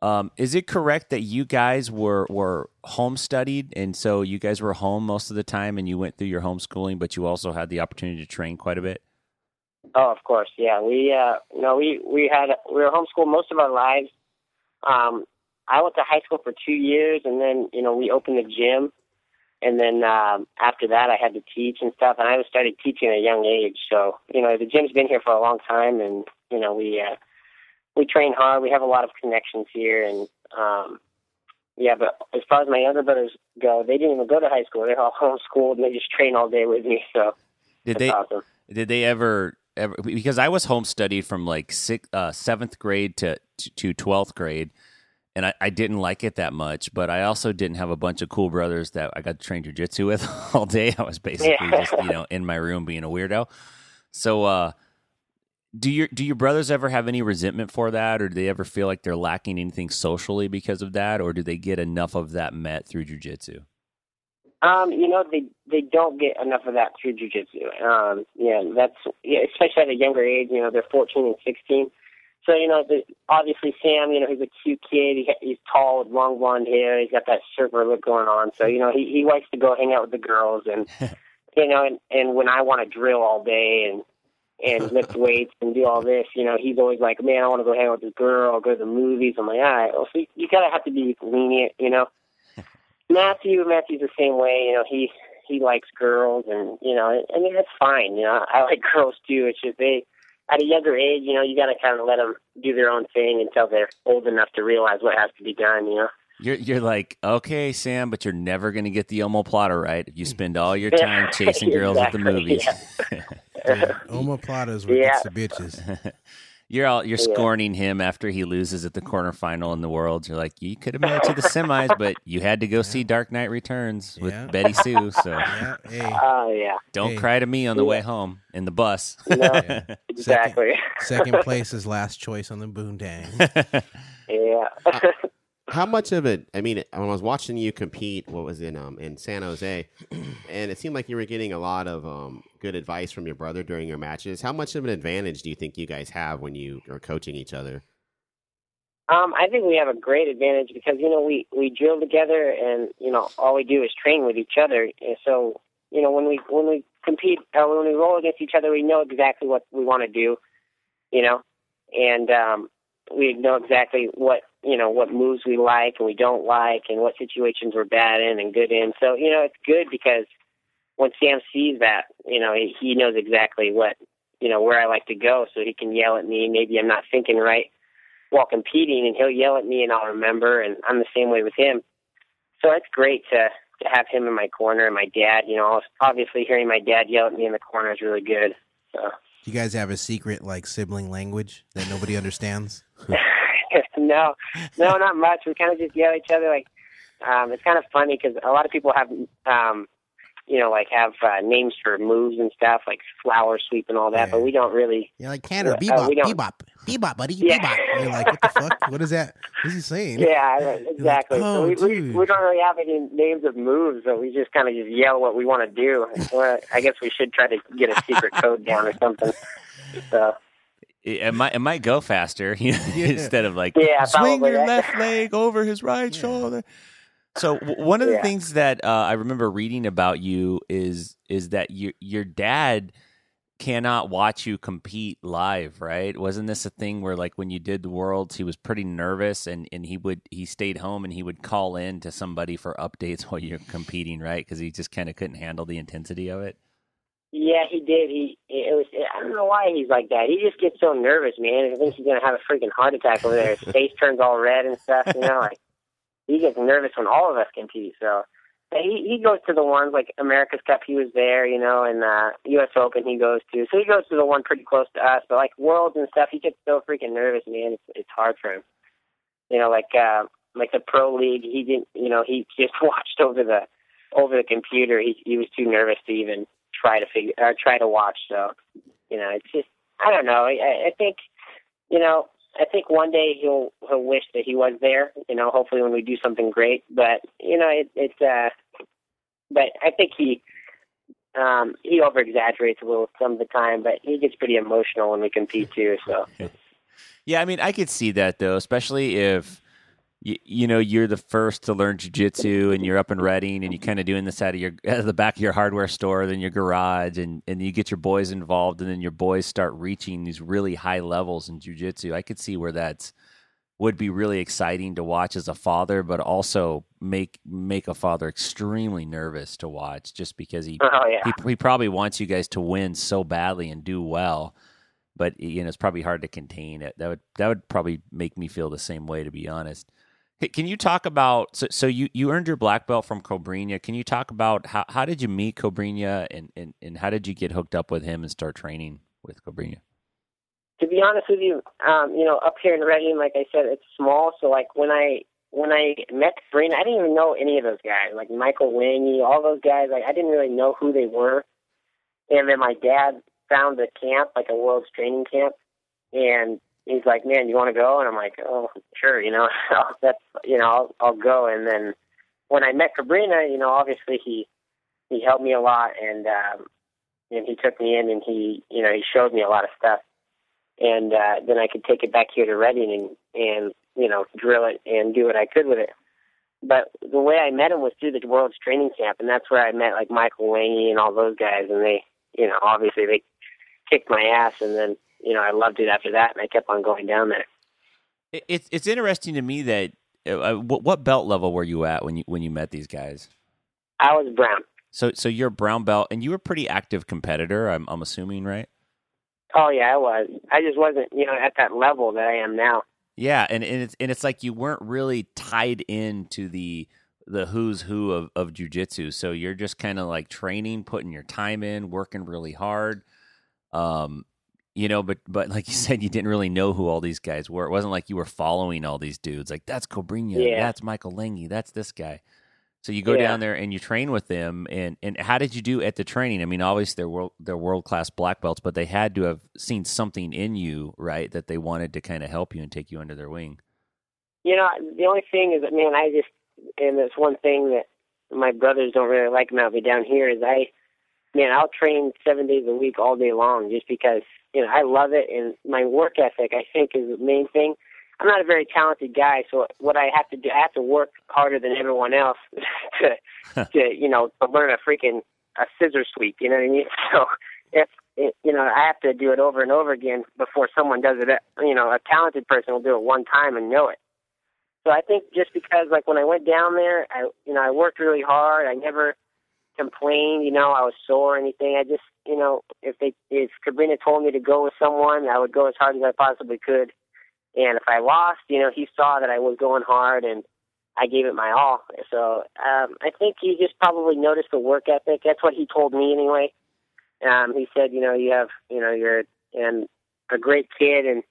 Um, is it correct that you guys were were home studied, and so you guys were home most of the time, and you went through your homeschooling, but you also had the opportunity to train quite a bit? Oh, of course, yeah. We uh no, we we had we were homeschooled most of our lives. Um, I went to high school for two years, and then you know we opened the gym, and then um, after that I had to teach and stuff, and I was started teaching at a young age. So you know the gym's been here for a long time, and you know we uh, we train hard. We have a lot of connections here, and um, yeah. But as far as my younger brothers go, they didn't even go to high school. They're all homeschooled, and they just train all day with me. So Did it's they awesome. did they ever ever because I was home studied from like sixth uh seventh grade to to twelfth grade and I, I didn't like it that much, but I also didn't have a bunch of cool brothers that I got to train jujitsu with all day. I was basically Yeah. just, you know, in my room being a weirdo. So uh do your do your brothers ever have any resentment for that or do they ever feel like they're lacking anything socially because of that or do they get enough of that met through jujitsu? Um, you know, they they don't get enough of that through jujitsu. Um, yeah, that's yeah, especially at a younger age. You know, they're fourteen and sixteen. So you know, the, obviously Sam, you know, he's a cute kid. He, he's tall with long blonde hair. He's got that surfer look going on. So you know, he he likes to go hang out with the girls, and you know, and and when I want to drill all day and and lift weights and do all this, you know, he's always like, man, I want to go hang out with this girl, go to the movies. I'm like, all right, well, so you, you gotta have to be lenient, you know. Matthew, Matthew's the same way. You know, he he likes girls, and you know, I mean that's fine. You know, I like girls too. It's just they at a younger age, you know, you got to kind of let them do their own thing until they're old enough to realize what has to be done. You know. You're you're like, okay, Sam, but you're never gonna get the Omo Plata right if you spend all your time chasing girls at the Exactly, movies. Dude, Oma Plata's what Yeah. gets the bitches. you're all you're Yeah. scorning him after he loses at the quarterfinal in the world. You're like, you could have made it to the semis, but you had to go see Dark Knight Returns with Yeah. Betty Sue. So Yeah, hey, Oh yeah, don't Hey. cry to me on the Yeah. way home in the bus. no, yeah. exactly. Second place is last choice on the boondang. Yeah, how much of it? I mean, when I was watching you compete, what was in um in San Jose, and it seemed like you were getting a lot of um good advice from your brother during your matches. How much of an advantage do you think you guys have when you are coaching each other? Um, I think we have a great advantage because you know we we drill together, and you know all we do is train with each other. And so you know when we when we compete or when we roll against each other, we know exactly what we want to do, you know, and um, we know exactly what you know what moves we like and we don't like, and what situations we're bad in and good in. So you know it's good because when Sam sees that, you know he, he knows exactly what you know where I like to go, so he can yell at me. Maybe I'm not thinking right while competing, and he'll yell at me, and I'll remember, and I'm the same way with him. So it's great to to have him in my corner and my dad. You know, obviously hearing my dad yell at me in the corner is really good. So Do you guys have a secret like sibling language that nobody understands? no, no, not much. We kind of just yell at each other. Like um, it's kind of funny because a lot of people have, um, you know, like have uh, names for moves and stuff, like flower sweep and all that. Yeah. But we don't really. You're like Cantor, Uh, we bebop, don't- bebop, bebop, buddy, Yeah. bebop. And You're like, what the fuck? What is that? What is he saying? Yeah, I- exactly. oh, so we, we dude. we don't really have any names of moves, so we just kind of just yell what we want to do. Well, I guess we should try to get a secret code down or something. So It, it might it might go faster you know, Yeah. instead of like yeah, swing probably. your that- left leg over his right Yeah. shoulder. So w- one of the Yeah. things that uh, I remember reading about you is is that your your dad cannot watch you compete live, right? Wasn't this a thing where like when you did the worlds, he was pretty nervous and and he would he stayed home and he would call in to somebody for updates while you're competing, right? Because he just kind of couldn't handle the intensity of it. Yeah, he did. He it was. I don't know why he's like that. He just gets so nervous, man. I think he's gonna have a freaking heart attack over there. His face turns all red and stuff. You know, like he gets nervous when all of us compete. So but he he goes to the ones like America's Cup. He was there, you know, and uh, U.S. Open. He goes to. So he goes to the one pretty close to us. But like Worlds and stuff, he gets so freaking nervous, man. It's, it's hard for him. You know, like uh, like the pro league. He didn't. You know, he just watched over the over the computer. He he was too nervous to even try to figure or try to watch. So, you know, it's just I don't know. I, I think you know I think one day he'll he'll wish that he was there. You know, hopefully when we do something great. But you know, it, it's uh, but I think he um he over exaggerates a little some of the time, but he gets pretty emotional when we compete too. So Yeah, I mean, I could see that though, especially if you, you know you're the first to learn jujitsu and you're up and reading and you're kind of doing this out of your out of the back of your hardware store, then your garage, and and you get your boys involved, and then your boys start reaching these really high levels in jujitsu. I could see where that's would be really exciting to watch as a father, but also make make a father extremely nervous to watch just because he oh yeah. he, he probably wants you guys to win so badly and do well, but you know it's probably hard to contain it. That would that would probably make me feel the same way, to be honest. Hey, can you talk about so, so you you earned your black belt from Cobrinha? Can you talk about how how did you meet Cobrinha and, and and how did you get hooked up with him and start training with Cobrinha? to be honest with you, um, you know, up here in Reading, like I said, it's small. So like when I when I met Sabrina, I didn't even know any of those guys, like Michael Wingy, all those guys. Like I didn't really know who they were. And then my dad found a camp, like a world's training camp, and he's like, "Man, you want to go?" And I'm like, "Oh, sure." You know, that's you know, I'll, I'll go. And then when I met Sabrina, you know, obviously he he helped me a lot, and um, and he took me in, and he you know he showed me a lot of stuff and uh, then I could take it back here to Reading and and you know drill it and do what I could with it. But the way I met him was through the World's Training Camp, and that's where I met like Michael Wangy and all those guys, and they you know obviously they kicked my ass, and then you know I loved it after that, and I kept on going down there. It, it's it's interesting to me that uh, what, what belt level were you at when you when you met these guys? I was brown. So so you're a brown belt and you were a pretty active competitor. I'm I'm assuming, right? Oh yeah, I was. I just wasn't you know at that level that I am now. Yeah, and, and it's and it's like you weren't really tied into the the who's who of, of jujitsu. So you're just kind of like training, putting your time in, working really hard. Um, you know, but but like you said, you didn't really know who all these guys were. It wasn't like you were following all these dudes. Like that's Cobrinha, Yeah. that's Michael Lange, that's this guy. So you go Yeah. down there and you train with them, and and how did you do at the training? I mean, obviously they're world they're world class black belts, but they had to have seen something in you, right? That they wanted to kind of help you and take you under their wing. You know, the only thing is that man, I just and that's one thing that my brothers don't really like about me down here is I man, I'll train seven days a week all day long just because, you know, I love it and my work ethic I think is the main thing. I'm not a very talented guy, so what I have to do, I have to work harder than everyone else to, to you know, to learn a freaking a scissor sweep. You know what I mean? So if it, you know, I have to do it over and over again before someone does it. You know, a talented person will do it one time and know it. So I think just because, like, when I went down there, I you know, I worked really hard. I never complained. You know, I was sore or anything. I just, you know, if they if Cabrini told me to go with someone, I would go as hard as I possibly could. And if I lost, you know, he saw that I was going hard and I gave it my all. So um, I think he just probably noticed the work ethic. That's what he told me anyway. Um, he said, you know, you have, you know, you're and a great kid, and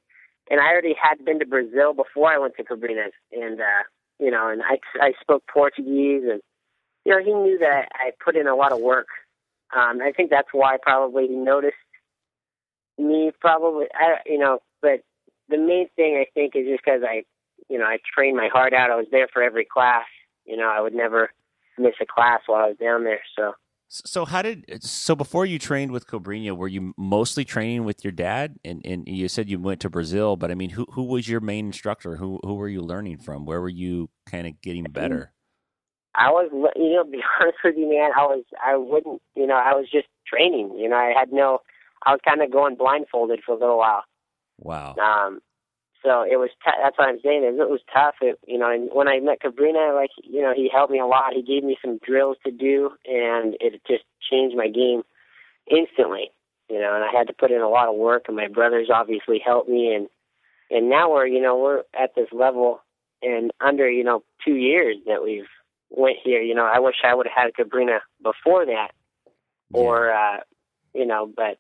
and I already had been to Brazil before I went to Cabrinas, and uh, you know, and I I spoke Portuguese, and you know, he knew that I put in a lot of work. Um, I think that's why probably he noticed me. Probably, I you know, but the main thing I think is just because I, you know, I trained my heart out. I was there for every class. You know, I would never miss a class while I was down there. So So how did uh, so before you trained with Cobrinha, were you mostly training with your dad? And and you said you went to Brazil, but I mean, who who was your main instructor? Who who were you learning from? Where were you kind of getting better? I was, you know, to be honest with you, man, I was, I wouldn't, you know, I was just training. You know, I had no, I was kind of going blindfolded for a little while. Wow. Um, so it was. T- that's what I'm saying is it was tough. It, you know, and when I met Cabrina, like you know, he helped me a lot. He gave me some drills to do, and it just changed my game instantly. You know, and I had to put in a lot of work, and my brothers obviously helped me, and and now we're you know we're at this level in under you know two years that we've went here. You know, I wish I would have had Cabrina before that, or uh, you know, but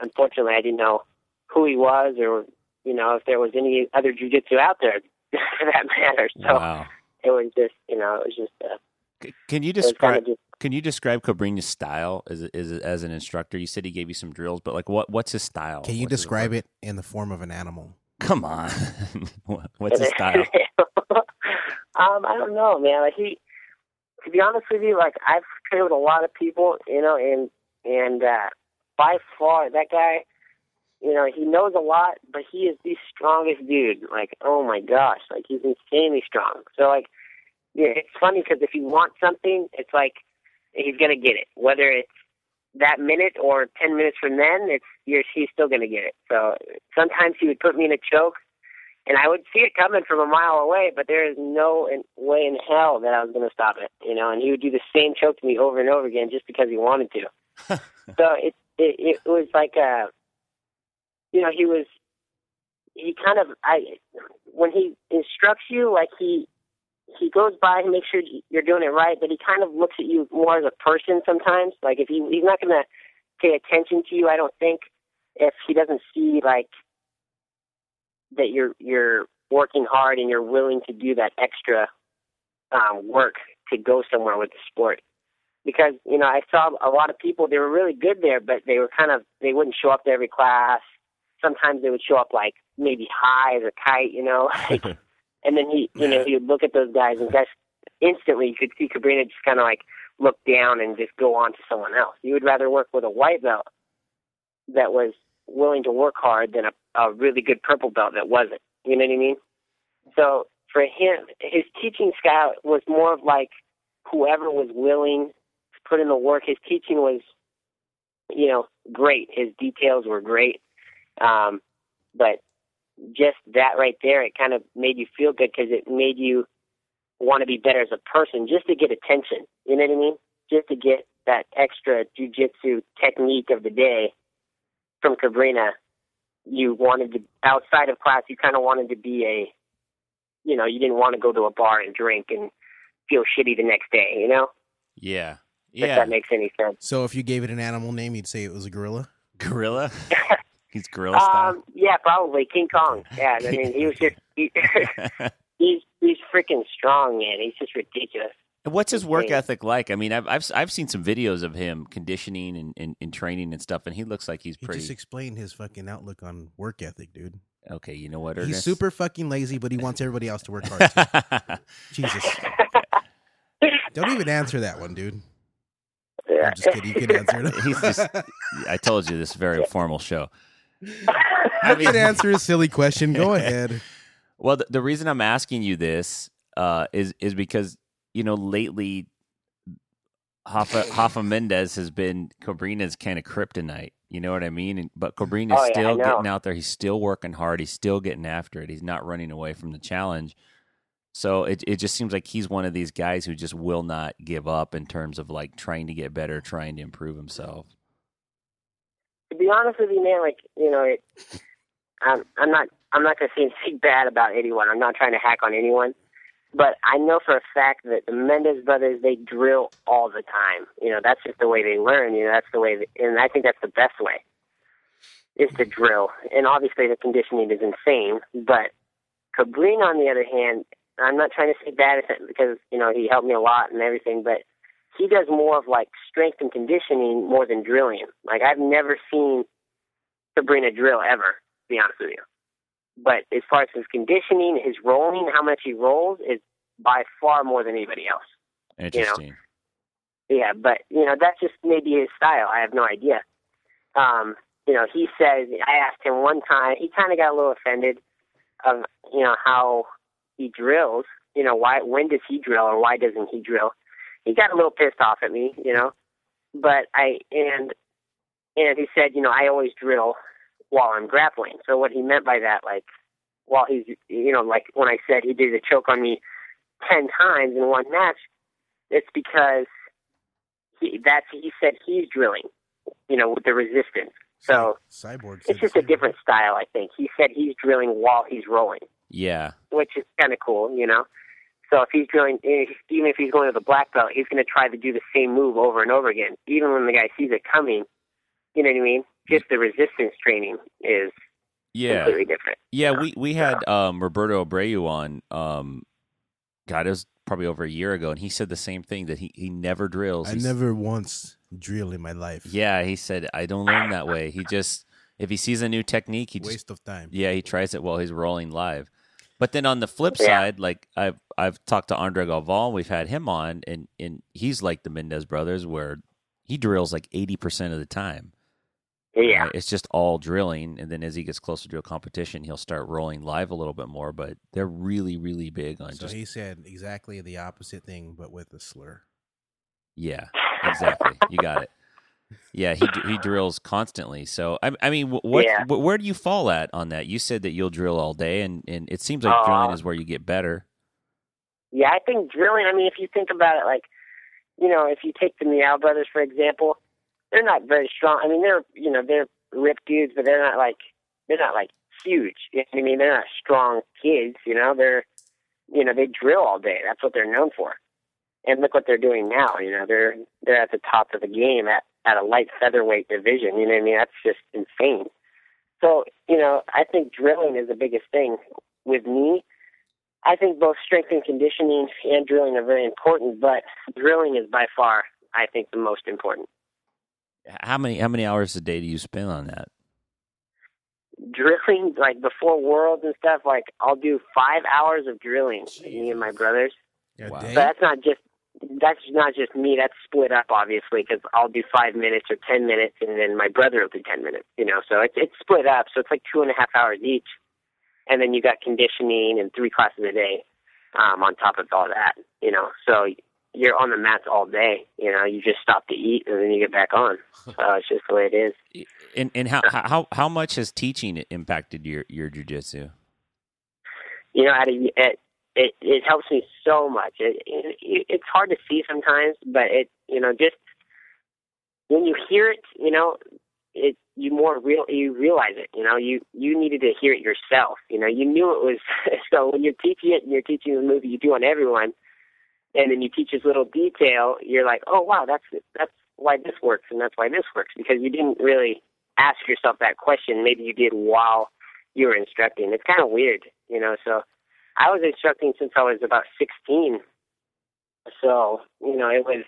unfortunately, I didn't know who he was or you know if there was any other jujitsu out there for that matter. So wow. it was just you know it was just uh, C- can you it was kind describe of just Can you describe Cobrinha's style as as as an instructor? You said he gave you some drills, but like Oh, what what's his style? Can you What's his describe approach? it in the form of an animal? Come on, What- what's his style? um, I don't know, man. Like he, to be honest with you, like I've trained with a lot of people, you know, and and uh, by far that guy, you know, he knows a lot, but he is the strongest dude. Like, oh my gosh, like he's insanely strong. So like, yeah, it's funny because if you want something, it's like he's gonna get it, whether it's that minute or ten minutes from then. It's you're, he's still gonna get it. So sometimes he would put me in a choke and I would see it coming from a mile away, but there is no in- way in hell that I was going to stop it, you know. And he would do the same choke to me over and over again just because he wanted to. so it, it it was like a, you know, he was he kind of I when he instructs you, like he he goes by and makes sure you're doing it right, but he kind of looks at you more as a person sometimes. Like if he he's not going to pay attention to you, I don't think if he doesn't see like that you're you're working hard and you're willing to do that extra um, work to go somewhere with the sport. Because you know, I saw a lot of people. They were really good there, but they were kind of they wouldn't show up to every class. Sometimes they would show up like maybe high as a kite, you know. Like, and then he, you know, he would look at those guys, and guys instantly you could see Cabrina just kind of like look down and just go on to someone else. You would rather work with a white belt that was willing to work hard than a, a really good purple belt that wasn't. You know what I mean? So for him, his teaching style was more of like whoever was willing to put in the work. His teaching was, you know, great. His details were great. Um, but just that right there, it kind of made you feel good because it made you want to be better as a person just to get attention. You know what I mean? Just to get that extra jujitsu technique of the day from Cabrina, you wanted to outside of class, you kind of wanted to be a, you know, you didn't want to go to a bar and drink and feel shitty the next day. You know, Yeah, if yeah, that makes any sense. So if you gave it an animal name, you'd say it was a gorilla. gorilla. He's gorilla Um, yeah, probably King Kong. Yeah, I mean, he was just he, style. he's he's freaking strong, man. He's just ridiculous. And What's his work Yeah. ethic like? I mean, I've I've I've seen some videos of him conditioning and, and, and training and stuff, and he looks like he's He pretty just explained his fucking outlook on work ethic, dude. okay. You know what? He's Ernest? super fucking lazy, but he wants everybody else to work hard. Too. Jesus, don't even answer that one, dude. I'm just kidding. You can answer it. He's just- I told you this is a very formal show. I can answer a silly question. Go ahead. Well, the, the reason I'm asking you this uh, is is because you know lately, Hoffa, Hoffa Mendez has been Cobrina's kind of kryptonite. You know what I mean? And, but Cobrina's Oh, yeah, I still know. getting out there. He's still working hard. He's still getting after it. He's not running away from the challenge. So it it just seems like he's one of these guys who just will not give up in terms of like trying to get better, trying to improve himself. to be honest with you, man, like you know, it, I'm I'm not I'm not gonna say anything bad about anyone. I'm not trying to hack on anyone, but I know for a fact that the Mendez brothers they drill all the time. You know, that's just the way they learn. You know, that's the way, that, and I think that's the best way is to drill. And obviously, the conditioning is insane. But Cabrini, on the other hand, I'm not trying to say bad because you know he helped me a lot and everything, but he does more of like strength and conditioning more than drilling. Like I've never seen Sabrina drill ever, to be honest with you. But as far as his conditioning, his rolling, how much he rolls is by far more than anybody else. Interesting. Yeah, but you know that's just maybe his style. I have no idea. Um, you know, he says I asked him one time. He kind of got a little offended of you know how he drills. You know why? When does he drill, or why doesn't he drill? He got a little pissed off at me, you know. But I and and he said, you know, I always drill while I'm grappling. So what he meant by that, like while he's you know, like when I said he did a choke on me ten times in one match, it's because he, that's he said he's drilling, you know, with the resistance. So Cyborg. said it's the just a same. different style, I think. He said he's drilling while he's rolling, Yeah. which is kind of cool, you know. So if he's drilling, if- even if he's going to the black belt, he's going to try to do the same move over and over again, even when the guy sees it coming. You know what I mean? Just the resistance training is Yeah. completely different. Yeah, we we had um, Roberto Abreu on. Um, God, it was probably over a year ago, and he said the same thing that he he never drills. I He's- never once drill in my life. Yeah, he said I don't learn that way. He just if he sees a new technique, he just Waste of time. yeah he tries it while he's rolling live. But then on the flip Yeah. side, like I've I've talked to Andre Galvan, we've had him on, and and he's like the Mendez brothers, where he drills like eighty percent of the time. Yeah. Right? It's just all drilling. And then as he gets closer to a competition, he'll start rolling live a little bit more. But they're really, really big on So just, he said exactly the opposite thing, but with a slur. yeah, exactly. you got it. Yeah, he he drills constantly. So I I mean, wh- what Yeah. wh- where do you fall at on that? You said that you'll drill all day, and, and it seems like Uh, drilling is where you get better. Yeah, I think drilling. I mean, if you think about it, like you know, if you take the Meow brothers for example, they're not very strong. I mean, they're you know they're ripped dudes, but they're not like they're not like huge. You know what I mean? They're not strong kids. You know, they're you know they drill all day. That's what they're known for. And look what they're doing now. You know, they're they're at the top of the game at at a light featherweight division. You know what I mean? That's just insane. So you know, I think drilling is the biggest thing with me. I think both strength and conditioning and drilling are very important, but drilling is by far, I think, the most important. H- How many how many hours a day do you spend on that? Drilling, like before worlds and stuff, like I'll do five hours of drilling, me and my brothers. Yeah, Wow. day? But that's not just that's not just me. That's split up, obviously, because I'll do five minutes or ten minutes, and then my brother will do ten minutes. You know, so it's it's split up. So it's like two and a half hours each, and then you got conditioning and three classes a day um, on top of all that. You know, so you're on the mats all day. You know, you just stop to eat, and then you get back on. So it's just the way it is. And and how how how much has teaching impacted your your jujitsu? you know, at a, it, it it helps me so much. It, it it's hard to see sometimes, but it you know just when you hear it, you know, it you more real you realize it. You know, you you needed to hear it yourself. You know, you knew it was so when you're teaching it and you're teaching the movie you do on everyone, and then you teach this little detail, you're like, oh wow, that's that's why this works and that's why this works because you didn't really ask yourself that question. Maybe you did while you were instructing. It's kind of weird, you know. So I was instructing since I was about 16. So, you know, it was,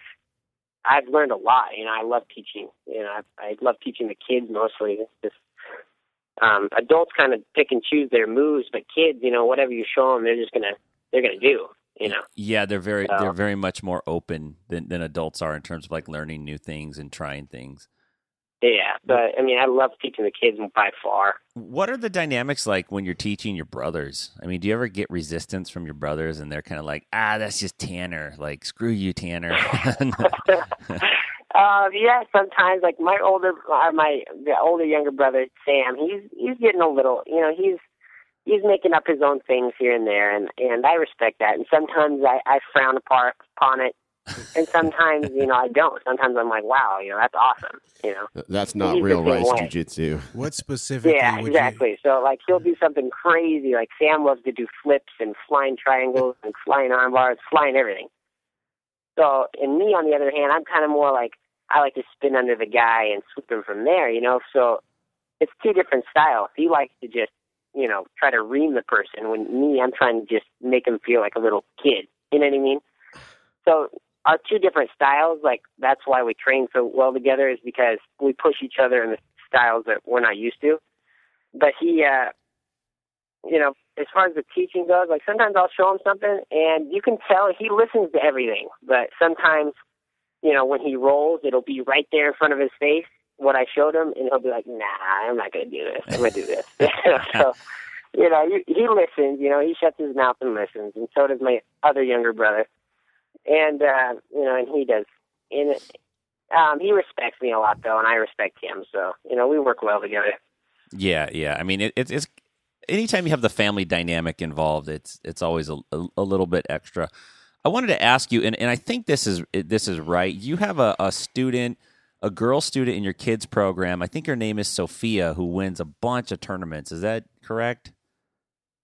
I've learned a lot. You know, I love teaching. You know, I, I love teaching the kids mostly. It's just, um, adults kind of pick and choose their moves, but kids, you know, whatever you show them, they're just going to, they're going to do, you know. Yeah, they're very So- they're very much more open than, than adults are in terms of like learning new things and trying things. Yeah, but I mean, I love teaching the kids by far. What are the dynamics like when you're teaching your brothers? I mean, do you ever get resistance from your brothers and they're kind of like, ah, that's just Tanner. Like, screw you, Tanner. Uh, yeah, sometimes like my older, uh, my the older younger brother Sam, he's he's getting a little, you know, he's he's making up his own things here and there, and and I respect that. And sometimes I I frown upon upon it, and sometimes you know I don't. Sometimes I'm like, wow, you know, that's awesome, you know. That's He's not the real same rice way. jujitsu. What specifically? Yeah, would exactly. So like he'll do something crazy. Like Sam loves to do flips and flying triangles and flying arm bars, flying everything. So and me on the other hand, I'm kind of more like I like to spin under the guy and sweep him from there, you know. So it's two different styles. He likes to just you know try to ream the person. When me, I'm trying to just make him feel like a little kid. You know what I mean? So our two different styles, like that's why we train so well together, is because we push each other in the styles that we're not used to but he uh you know as far as the teaching goes like sometimes i'll show him something and you can tell he listens to everything but sometimes you know when he rolls it'll be right there in front of his face what i showed him and he'll be like nah i'm not going to do this i'm going to do this so you know he, he listens you know he shuts his mouth and listens and so does my other younger brother and uh you know and he does and um he respects me a lot though and i respect him so you know we work well together yeah, yeah. I mean, it, it's it's anytime you have the family dynamic involved, it's it's always a, a, a little bit extra. I wanted to ask you, and, and I think this is this is right. You have a, a student, a girl student in your kids program. I think her name is Sophia, who wins a bunch of tournaments. Is that correct?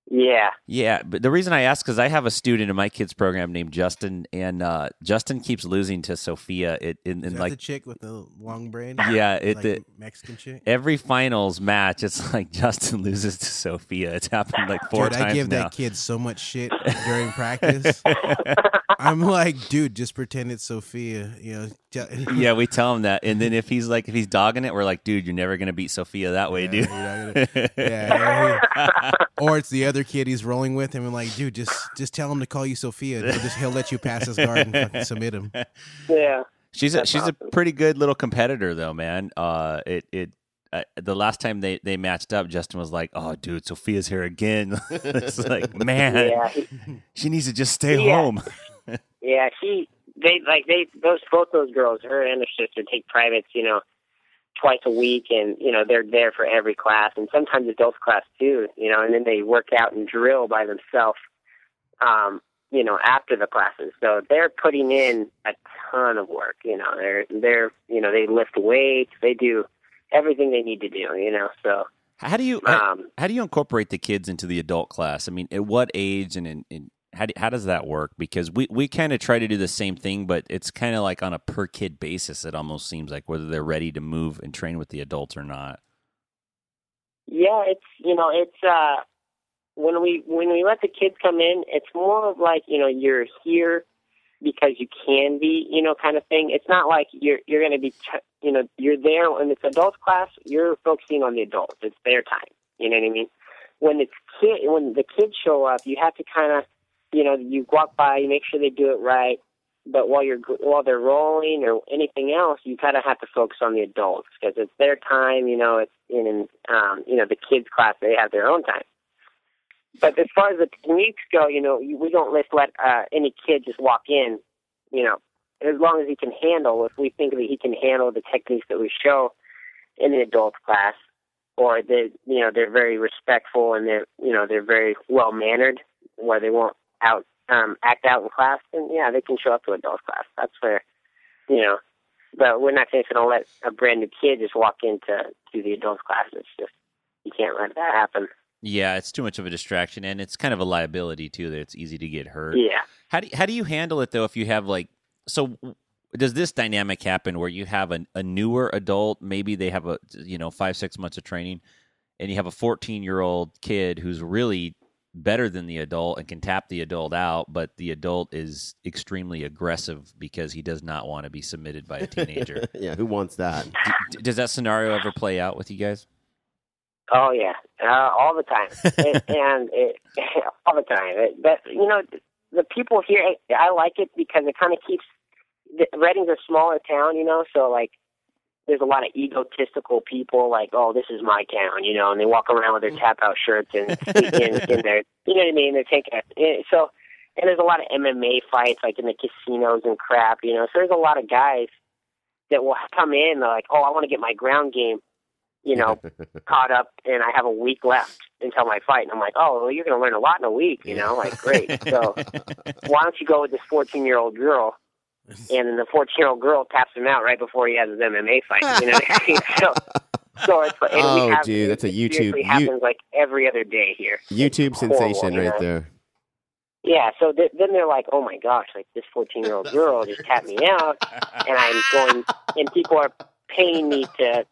yeah Yeah, but the reason I ask because I have a student in my kids program named Justin, and uh, Justin keeps losing to Sophia. It in, You, in is that like the chick with the long braid? Yeah, it- like it- Mexican chick. every finals match, it's like Justin loses to Sophia. It's happened like four dude, times I give now. that kid so much shit during practice. I'm like, dude, just pretend it's Sophia. You know, tell- yeah, we tell him that, and then if he's like if he's dogging it, we're like, dude, you're never gonna beat Sophia that way, Yeah, dude. you're not gonna- yeah. or it's the other kid he's rolling with him, and like, dude, just just tell him to call you Sophia. He'll just he'll let you pass his guard and fucking submit him. yeah She's a, That's she's a awesome. pretty good little competitor though, man. Uh, it it uh, the last time they they matched up, Justin was like, "Oh, dude, Sophia's here again." it's like, man, yeah, he- she needs to just stay Yeah. home. yeah. She, they like they those both those girls, her and her sister, take privates. You know, twice a week, and you know they're there for every class, and sometimes adults class too. You know, and then they work out and drill by themselves. Um, you know, after the classes, so they're putting in a ton of work. You know, they're they're you know they lift weights, they do everything they need to do. You know, so How do you how, um, how do you incorporate the kids into the adult class? I mean, at what age and in, in how do, how does that work? Because we we kind of try to do the same thing, but it's kind of like on a per kid basis. It almost seems like whether they're ready to move and train with the adults or not. Yeah, it's you know, it's uh when we when we let the kids come in, it's more of like, you know, you're here because you can be, you know, kind of thing. It's not like you're you're going to be ch- you know, you're there when it's adult class, you're focusing on the adults. It's their time. You know what I mean? When it's kid when the kids show up, you have to kind of, you know, you walk by, you make sure they do it right. But while you're while they're rolling or anything else, you kind of have to focus on the adults because it's their time. You know, it's in and um, you know the kids' class; they have their own time. But as far as the techniques go, you know, you- we don't just let uh, any kid just walk in. You know, as long as he can handle, if we think that he can handle the techniques that we show in the adult class, or they, you know, they're very respectful and they're, you know, they're very well mannered, where they won't out um, act out in class, then yeah, they can show up to adult class. That's where, you know, but we're not just going to let a brand new kid just walk into to the adult class. It's just you can't let that happen. Yeah, it's too much of a distraction, and it's kind of a liability too. That it's easy to get hurt. Yeah. How do how do you handle it though if you have like so w- does this dynamic happen where you have an, a newer adult maybe they have a you know 5 6 months of training and you have a 14 year old kid who's really better than the adult and can tap the adult out but the adult is extremely aggressive because he does not want to be submitted by a teenager. yeah, who wants that? D- does that scenario ever play out with you guys? Oh yeah, uh, all the time, it, and it, all the time. It, but you know, the people here, I, I like it because it kind of keeps. The, Reading's a smaller town, you know, so like there's a lot of egotistical people like, oh, this is my town, you know, and they walk around with their tap out shirts and in, in their, you know what I mean? They're taking it. eh, So, and there's a lot of MMA fights like in the casinos and crap, you know. So there's a lot of guys that will come in, they're like, oh, I want to get my ground game, you know, caught up, and I have a week left until my fight, and I'm like, oh, well, you're going to learn a lot in a week, you know, like great. So why don't you go with this 14 year old girl? and then the 14 year old girl taps him out right before he has his MMA fight. You know what I mean? So, so it's and Oh, we have, dude, that's a it YouTube- seriously you- happens like every other day here. YouTube It's horrible, sensation you right know? there. Yeah, so th- then they're like, "Oh my gosh, like this 14 year old girl just tapped me out, and I'm going, and people are paying me to,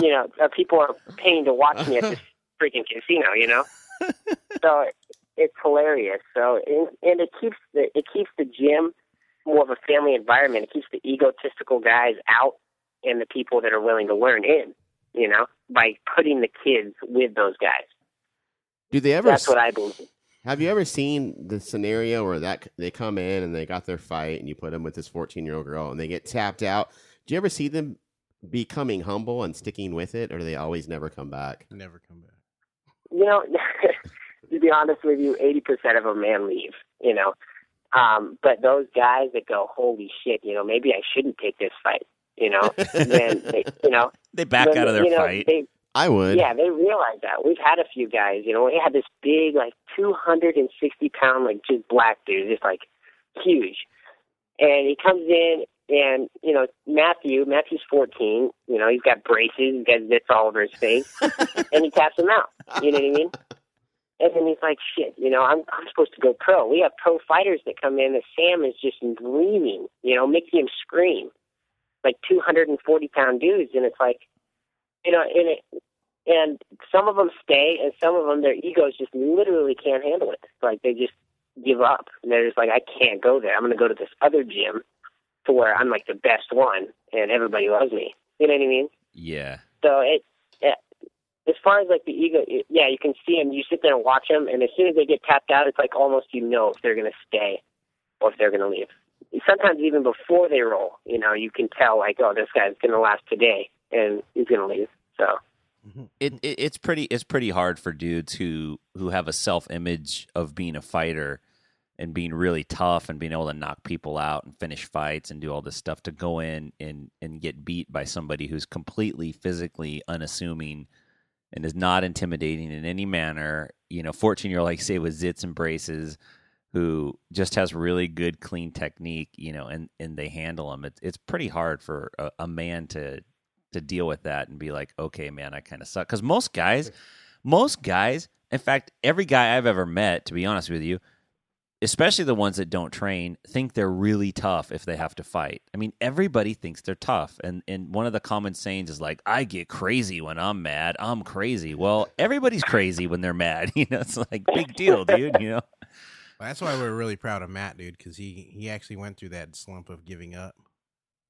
you know, uh, people are paying to watch me at this freaking casino, you know." So it's hilarious. So and, and it keeps the it keeps the gym more of a family environment. It keeps the egotistical guys out and the people that are willing to learn in, you know, by putting the kids with those guys. Do they ever That's what I believe. Have you ever seen the scenario where that they come in and they got their fight and you put them with this 14 year old girl and they get tapped out? Do you ever see them becoming humble and sticking with it, or do they always never come back? Never come back. you know, to be honest with you, eighty percent of them man leave. You know, um, but those guys that go, holy shit, you know, maybe I shouldn't take this fight. You know, then they, you know, They back then, out of their you know, fight. They, I would. yeah, they realize that. We've had a few guys, you know, we had this big, like, 260 pound, like, just black dude, just like huge. And he comes in, and, you know, Matthew, Matthew's 14, you know, he's got braces, he's got zits all over his face, and he taps him out. You know what I mean? And then he's like, shit, you know, I'm, I'm supposed to go pro. We have pro fighters that come in that Sam is just screaming, you know, making him scream. Like 240 pound dudes, and it's like, you know, and it, and some of them stay, and some of them their egos just literally can't handle it. Like they just give up, and they're just like, I can't go there. I'm going to go to this other gym, to where I'm like the best one, and everybody loves me. You know what I mean? yeah. So it, it as far as like the ego, it, yeah, you can see them. You sit there and watch them, and as soon as they get tapped out, it's like almost you know if they're going to stay or if they're going to leave. Sometimes even before they roll, you know, you can tell like, oh, this guy's going to last today, and he's going to leave. So. it, it it's pretty it's pretty hard for dudes who who have a self image of being a fighter and being really tough and being able to knock people out and finish fights and do all this stuff to go in and and get beat by somebody who's completely physically unassuming and is not intimidating in any manner. You know, fourteen year old like say with zits and braces who just has really good clean technique, you know, and and they handle them. It's it's pretty hard for a, a man to to deal with that and be like, okay, man, I kind of suck. Because most guys, most guys, in fact, every guy I've ever met, to be honest with you, especially the ones that don't train, think they're really tough if they have to fight. I mean, everybody thinks they're tough. And and one of the common sayings is like, I get crazy when I'm mad. I'm crazy. Well, everybody's crazy when they're mad. You know, it's like big deal, dude. You know. Well, that's why we're really proud of Matt, dude, because he he actually went through that slump of giving up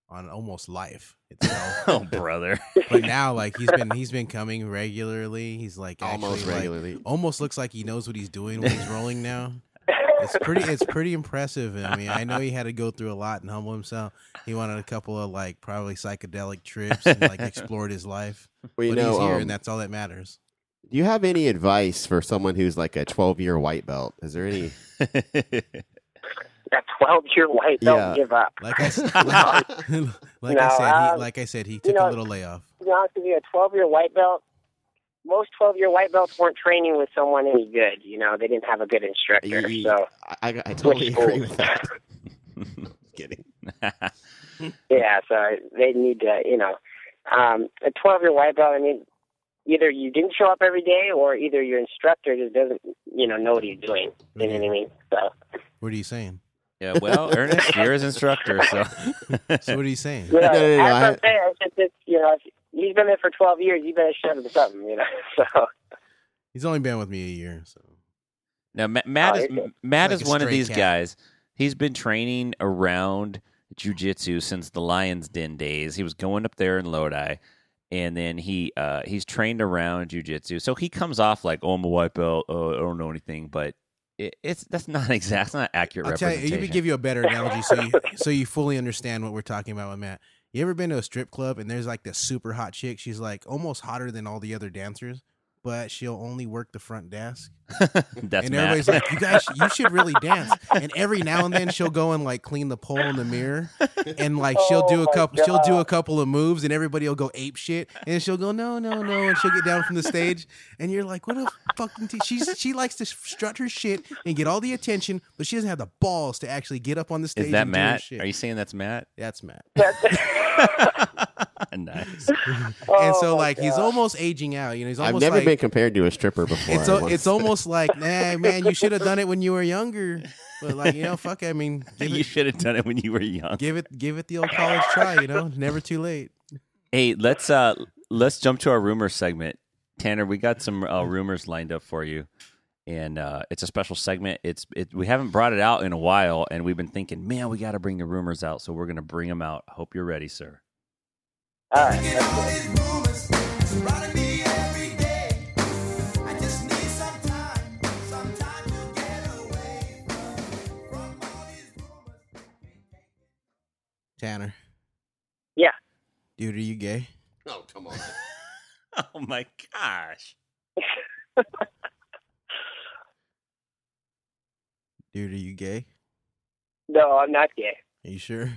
on almost life itself. Oh, brother. but now, like he's been he's been coming regularly. He's like Almost actually, like, regularly. almost looks like he knows what he's doing when he's rolling now. It's pretty it's pretty impressive. I mean, I know he had to go through a lot and humble himself. He wanted a couple of like probably psychedelic trips and like explored his life. Well, you but know, he's here um, and that's all that matters. do you have any advice for someone who's like a 12 year white belt? Is there any? that 12 year white don't Yeah. give up. Like I s- like, like I No, said, he, um, like I said, he you took know- a little layoff. To be honest with you, a 12 year white belt, most 12 year white belts weren't training with someone any good. You know, they didn't have a good instructor. You- So, I, I, I totally Which- agree with that. Kidding. yeah, so they need to, you know, um, a 12 year white belt, I mean, either you didn't show up every day or either your instructor just doesn't, you know, know what he's doing. You know what I Mm-hmm. mean? So, What are you saying? yeah, well, Ernest, you're his instructor, so So what are you saying? you know, No, no, no, as I'm I- saying, it's just, it's, you know, if he's been there for 12 years, you better show him something, you know? So, He's only been with me a year, so Now, Ma- Matt Oh, is you're good. Matt Like is a one of stray these cat. guys. He's been training around jujitsu since the Lions Den days. He was going up there in Lodi, and then he uh, he's trained around jujitsu. So he comes off like, "Oh, I'm a white belt. Oh, I don't know anything." But it, it's that's not exact. That's not accurate I'll tell you, representation. you could give you a better analogy so you so you fully understand what we're talking about with Matt. You ever been to a strip club and there's like this super hot chick? She's like almost hotter than all the other dancers, but she'll only work the front desk. That's and Matt. everybody's like, "You guys, you should really dance." And every now and then she'll go and like clean the pole in the mirror, and like she'll Oh do a my couple, she'll do a God. couple of moves, and everybody will go ape shit, and she'll go, "No, no, no," and she'll get down from the stage, and you're like, "What a fucking." T-? She's she likes to strut her shit and get all the attention, but she doesn't have the balls to actually get up on the stage. Is that and do her Matt? shit. Are you saying that's Matt? That's Matt. nice. and so Oh, like he's God. almost aging out. You know, he's almost I've never like, been compared to a stripper before. It's o- it's almost like, nah, man, you should have done it when you were younger. But like, you know, fuck. I mean, give you it, should have done it when you were young. give it, give it the old college try. You know, never too late. Hey, let's uh let's jump to our rumor segment. Tanner, we got some uh, rumors lined up for you. And uh, it's a special segment. It's it, we haven't brought it out in a while, and we've been thinking, man, we got to bring the rumors out. So we're gonna bring them out. I Hope you're ready, sir. All right, that's good. Tanner. Yeah. Dude, are you gay? Oh, come on. Oh my gosh! Dude, are you gay? No, I'm not gay. Are you sure?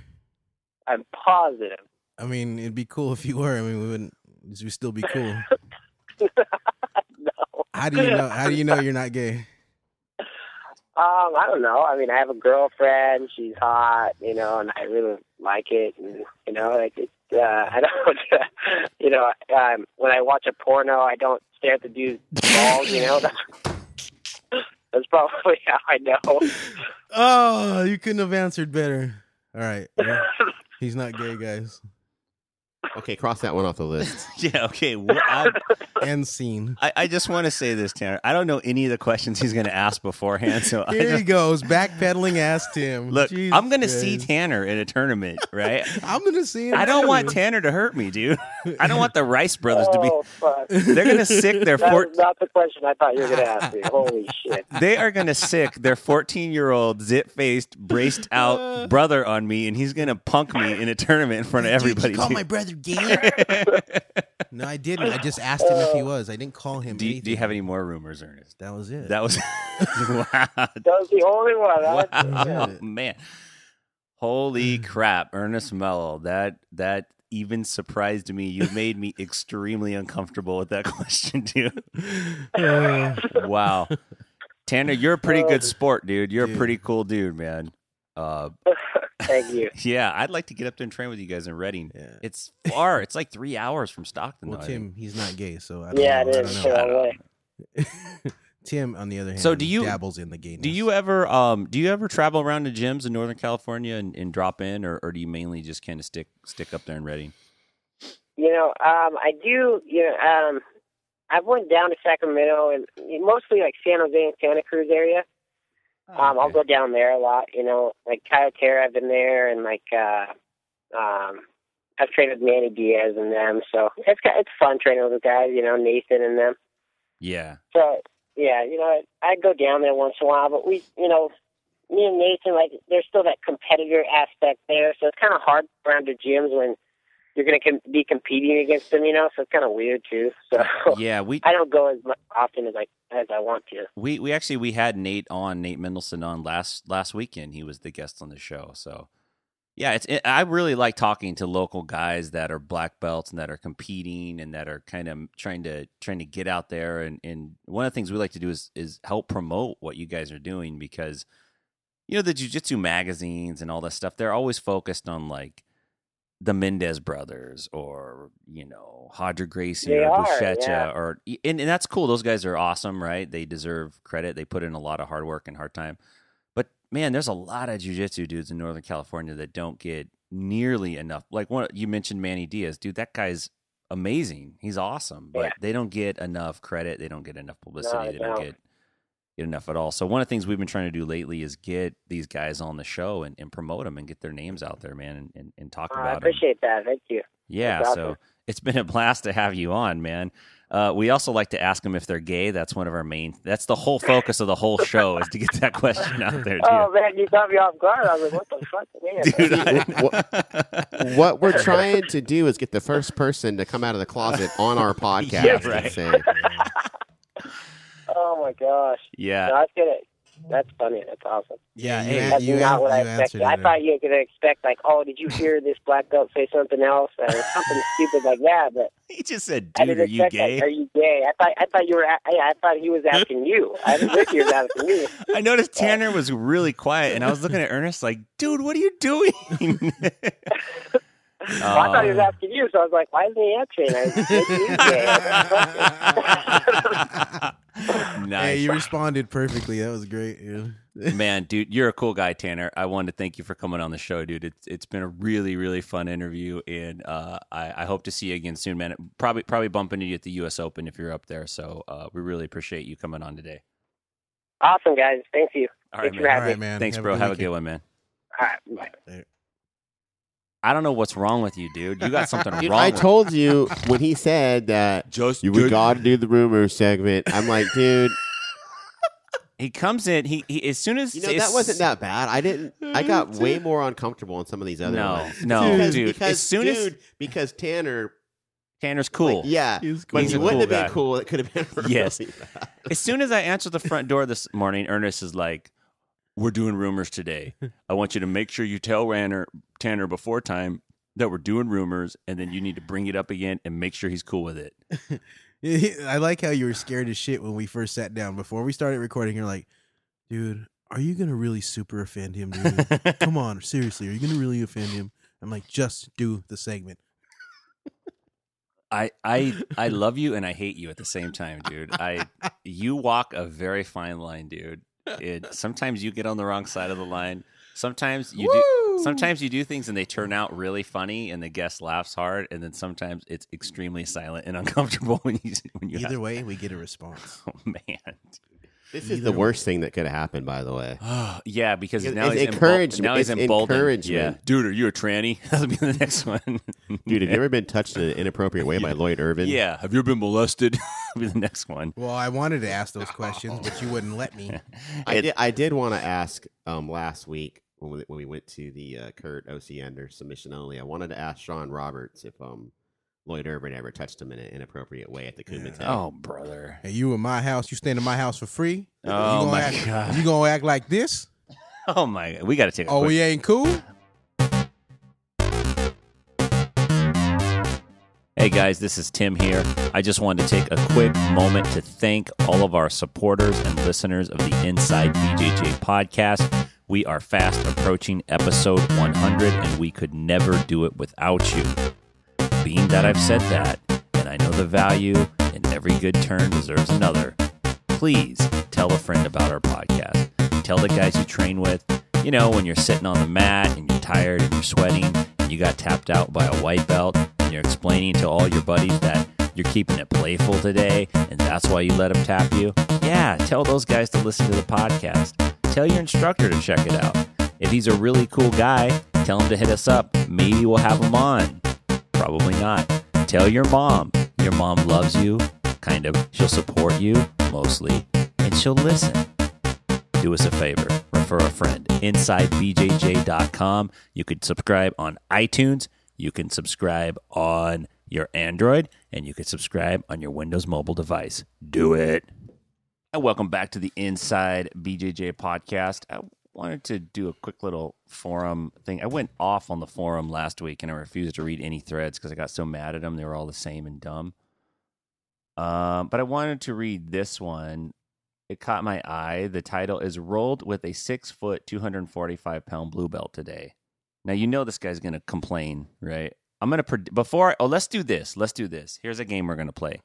I'm positive. I mean, it'd be cool if you were. I mean, we wouldn't. We'd still be cool. No. How do you know? How do you know you're not gay? Um, I don't know. I mean, I have a girlfriend. She's hot, you know, and I really like it. And you know, like it's, uh, I don't, you know, um, when I watch a porno, I don't stare at the dude's balls. You know, that's, that's probably how I know. Oh, you couldn't have answered better. All right. well, he's not gay, guys. Okay, cross that one off the list. Yeah, okay. Well, I, End scene. I, I just want to say this, Tanner. I don't know any of the questions he's gonna ask beforehand, so I Here he just, goes, backpedaling ass Tim. look. Jesus I'm gonna see Christ. Tanner in a tournament, right? I'm gonna see him. I don't too. want Tanner to hurt me, dude. I don't want the Rice brothers to be Oh fuck! They're gonna sick their That four. was not the question I thought you were gonna ask me. Holy shit! They are gonna sick their fourteen-year-old zit-faced, braced-out brother on me, and he's gonna punk me in a tournament in front of everybody. Did you call dude. my brother gay? no, I didn't. I just asked him if he was. I didn't call him. Uh, do, you, anything. do you have any more rumors, Ernest? That was it. That was wow, That was the only one. I- wow, man, holy Mm. crap, Ernest Mello. That that even surprised me. You made me extremely uncomfortable with that question, dude. Uh, Wow. Tanner, you're a pretty Oh. good sport, dude. You're a Dude. pretty cool dude, man. Uh, Thank you. yeah, I'd like to get up there and train with you guys in Reading. yeah. It's far. it's like three hours from Stockton. Well, though, I think. Tim, he's not gay, so I don't Yeah, know. it I is. don't Yeah, know. I don't way. Tim, on the other hand, So do you- dabbles in the gayness. Do you ever um do you ever travel around to gyms in Northern California and, and drop in, or, or do you mainly just kind of stick stick up there in Reading? You know, um, I do. You know, um, I went down to Sacramento and mostly like San Jose and Santa Cruz area. Um, I'll go down there a lot. You know, like Kyotera, I've been there, and like uh, um, I've trained with Manny Diaz and them. So it's ki- it's fun training with those guys. You know, Nathan and them. Yeah, So yeah, you know, I, I go down there once in a while, but we, you know, me and Nathan, like, there's still that competitor aspect there, so it's kind of hard around the gyms when you're going to com- be competing against them, you know. So it's kind of weird too. So yeah. We I don't go as mu- often as I as I want to. we we actually we had Nate on Nate Mendelson on last last weekend. He was the guest on the show. So yeah, it's it, I really like talking to local guys that are black belts and that are competing and that are kind of trying to trying to get out there. And and one of the things we like to do is is help promote what you guys are doing because you know the jujitsu magazines and all that stuff. They're always focused on like. The Mendez brothers, or you know, Hodger Gracie, They or are, Buscetta, yeah. or and, and that's cool. Those guys are awesome, right? They deserve credit. They put in a lot of hard work and hard time. But man, there's a lot of jujitsu dudes in Northern California that don't get nearly enough. Like one you mentioned, Manny Diaz, dude. That guy's amazing. He's awesome, but Yeah. they don't get enough credit. They don't get enough publicity. I they don't don't. get get enough at all. So one of the things we've been trying to do lately is get these guys on the show and, and promote them and get their names out there, man, and, and, and talk Uh, I about 'em. appreciate that. Thank you. Yeah, That's so awesome. it's been a blast to have you on, man. Uh, we also like to ask them if they're gay. That's one of our main. That's the whole focus of the whole show is to get that question out there. Oh man, you caught me off guard. I was like, what the fuck? Man? dude. Dude, I- what we're trying to do is get the first person to come out of the closet on our podcast Yeah, right. and say, Oh my gosh. yeah. No, that's good. That's funny. That's awesome. Yeah, you, That's an- you, not an- what I you answered expected. I it. thought you were going to expect like, oh, did you hear this black belt say something else or something stupid like that? But He just said, I "Dude, didn't are you expect gay?" that. Are you gay? I thought I thought you were. a- Yeah, I thought he was asking you. I didn't think he was asking me. I noticed Tanner was really quiet, and I was looking at Ernest like, "Dude, what are you doing?" Well, I thought he was Uh. asking you, so I was like, why isn't he answering? I was, maybe he's gay. Hey, Oh. nice, you responded perfectly. That was great. Yeah. man, dude. You're a cool guy, Tanner. I wanted to thank you for coming on the show, dude. It's it's been a really really fun interview, and uh, I, I hope to see you again soon, man. Probably probably bump into you at the U.S. Open if you're up there. So uh, we really appreciate you coming on today. awesome, guys. Thank you. All right, man. Thanks for All having right, me. man. Thanks, bro. Have a weekend. good one, man. All right, bye. I don't know what's wrong with you, dude. You got something Dude, wrong. I with told you when he said that Just you, we good- got to do the rumor segment. I'm like, dude, He comes in. He, he as soon as you know that as- wasn't that bad. I didn't. I got way more uncomfortable on some of these other No, ones. no, because, dude. Because As soon as- dude, because Tanner, Tanner's cool. yeah, He's but He's he a cool wouldn't have been guy. cool. It could have been really Yes. bad. As soon as I answered the front door this morning, Ernest is like, "We're doing rumors today. I want you to make sure you tell Ranner, Tanner before time that we're doing rumors, and then you need to bring it up again and make sure he's cool with it." I like how you were scared as shit when we first sat down. Before we started recording, you're like, dude, are you going to really super offend him, dude? Come on, seriously, are you going to really offend him? I'm like, just do the segment. I I I love you and I hate you at the same time, dude. I you walk a very fine line, dude. It sometimes you get on the wrong side of the line. Sometimes you do sometimes you do things and they turn out really funny and the guest laughs hard and then sometimes it's extremely silent and uncomfortable when you when you Either have, way, we get a response. Oh man. This is the worst thing that could have happened, by the way. Oh, yeah, because It's now he's embol- encouragement. now he's It's emboldened. encouragement. Yeah. Dude, are you a tranny? That'll be the next one. Dude, have you ever been touched in an inappropriate way by Lloyd Irvin? yeah, Have you been molested? that'll be the next one. Well, I wanted to ask those questions, but you wouldn't let me. I did, I did want to ask um, last week when we, when we went to the uh, Kurt Osiander submission only. I wanted to ask Sean Roberts if um, Lloyd Irvin ever touched him in an inappropriate way at the Kumite. Oh, brother. Hey, you in my house, you staying in my house for free? Oh, you gonna my act, God. You gonna act like this? Oh my god. We got to take a Oh, quick we ain't cool? Hey guys, this is Tim here. I just wanted to take a quick moment to thank all of our supporters and listeners of the Inside BJJ podcast. We are fast approaching episode 100, and we could never do it without you. Being that I've said that, and I know the value, and every good turn deserves another, please tell a friend about our podcast. Tell the guys you train with. You know, when you're sitting on the mat and you're tired and you're sweating and you got tapped out by a white belt and you're explaining to all your buddies that you're keeping it playful today and that's why you let them tap you. Yeah, tell those guys to listen to the podcast. Tell your instructor to check it out. If he's a really cool guy, tell him to hit us up. Maybe we'll have him on. Probably not. Tell your mom. Your mom loves you, kind of. She'll support you, mostly, and she'll listen. Do us a favor, refer a friend. InsideBJJ.com. You could subscribe on iTunes. You can subscribe on your Android, and you can subscribe on your Windows mobile device. Do it. And welcome back to the Inside BJJ podcast. I wanted to do a quick little forum thing. I went off on the forum last week and I refused to read any threads because I got so mad at them. They were all the same and dumb. Um, but I wanted to read this one. It caught my eye. The title is Rolled with a Six Foot, 245 Pound Blue Belt Today. Now, you know this guy's going to complain, right? I'm going to, pred before, I, oh, let's do this. Let's do this. Here's a game we're going to play.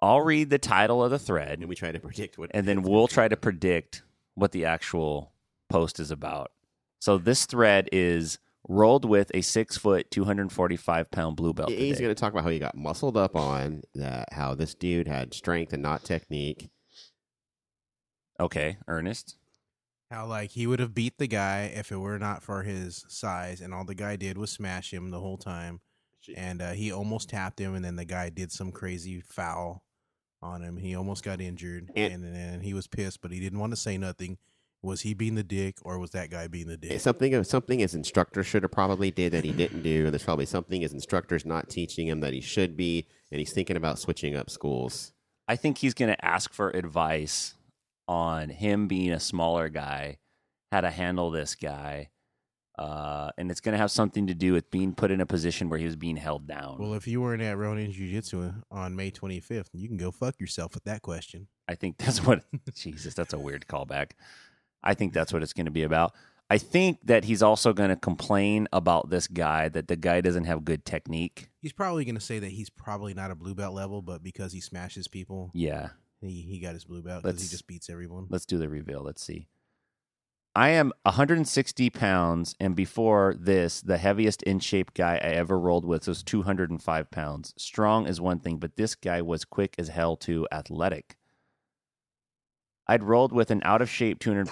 I'll read the title of the thread And we try to predict what. and then we'll try to predict what the actual post is about. So this thread is rolled with a six foot, two hundred forty five pound blue belt. He's today. going to talk about how he got muscled up on, that how this dude had strength and not technique. Okay, Ernest. How like he would have beat the guy if it were not for his size, and all the guy did was smash him the whole time. and uh, he almost tapped him, and then the guy did some crazy foul on him. He almost got injured, It- and then he was pissed, but he didn't want to say nothing. Was he being the dick, or was that guy being the dick? It's something of something his instructor should have probably did that he didn't do. There's probably something his instructor's not teaching him that he should be, and he's thinking about switching up schools. I think he's going to ask for advice on him being a smaller guy, how to handle this guy. Uh, and it's going to have something to do with being put in a position where he was being held down. Well, if you weren't at Ronin Jiu Jitsu on May 25th, you can go fuck yourself with that question. I think that's what Jesus, that's a weird callback. I think that's what it's going to be about. I think that he's also going to complain about this guy that the guy doesn't have good technique. He's probably going to say that he's probably not a blue belt level, but because he smashes people, Yeah. he, he got his blue belt because he Let's- just beats everyone. Let's do the reveal. Let's see. I am 160 pounds, and before this, the heaviest in shape guy I ever rolled with was 205 pounds. Strong is one thing, but this guy was quick as hell, too, athletic. I'd rolled with an out of shape 200,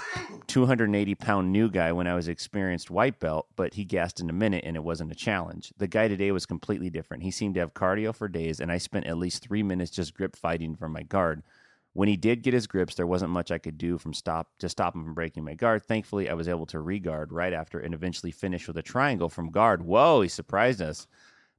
280 pound new guy when I was experienced white belt, but he gassed in a minute and it wasn't a challenge. The guy today was completely different. He seemed to have cardio for days, and I spent at least three minutes just grip fighting for my guard. When he did get his grips, there wasn't much I could do from stop to stop him from breaking my guard. Thankfully, I was able to reguard right after and eventually finish with a triangle from guard. Whoa, he surprised us.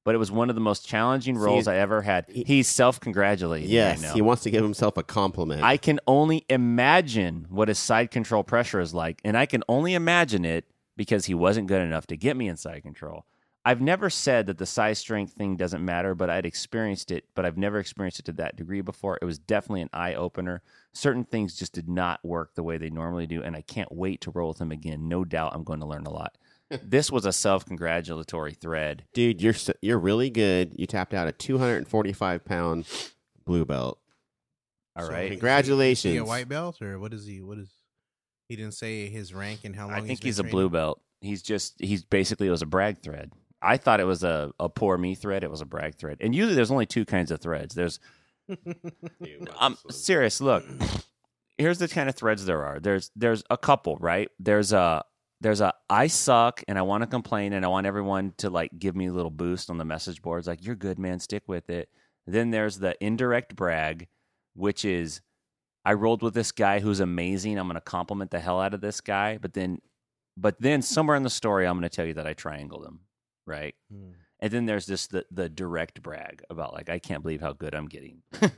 But it was one of the most challenging roles I ever had. He's self congratulating. Yes, right now. he wants to give himself a compliment. I can only imagine what his side control pressure is like, and I can only imagine it because he wasn't good enough to get me in side control. I've never said that the size strength thing doesn't matter, but I'd experienced it, but I've never experienced it to that degree before. It was definitely an eye opener. Certain things just did not work the way they normally do, and I can't wait to roll with him again. No doubt I'm going to learn a lot. this was a self congratulatory thread. Dude, you're s- you're really good. You tapped out a 245 pound blue belt. All So, right. is he- Congratulations. Is he a white belt, or what is he? What is he? Didn't say his rank and how long. I think been he's a training? blue belt. He's just he's basically it was a brag thread. I thought it was a, a poor me thread. It was a brag thread. And usually there's only two kinds of threads. There's I'm Um, serious. Look, here's the kind of threads there are. There's there's a couple, right? There's a there's a I suck and I want to complain and I want everyone to like give me a little boost on the message boards. Like you're good, man. Stick with it. Then there's the indirect brag, which is I rolled with this guy who's amazing. I'm going to compliment the hell out of this guy, but then but then somewhere in the story I'm going to tell you that I triangled him, right? Hmm. And then there's this the the direct brag about like I can't believe how good I'm getting.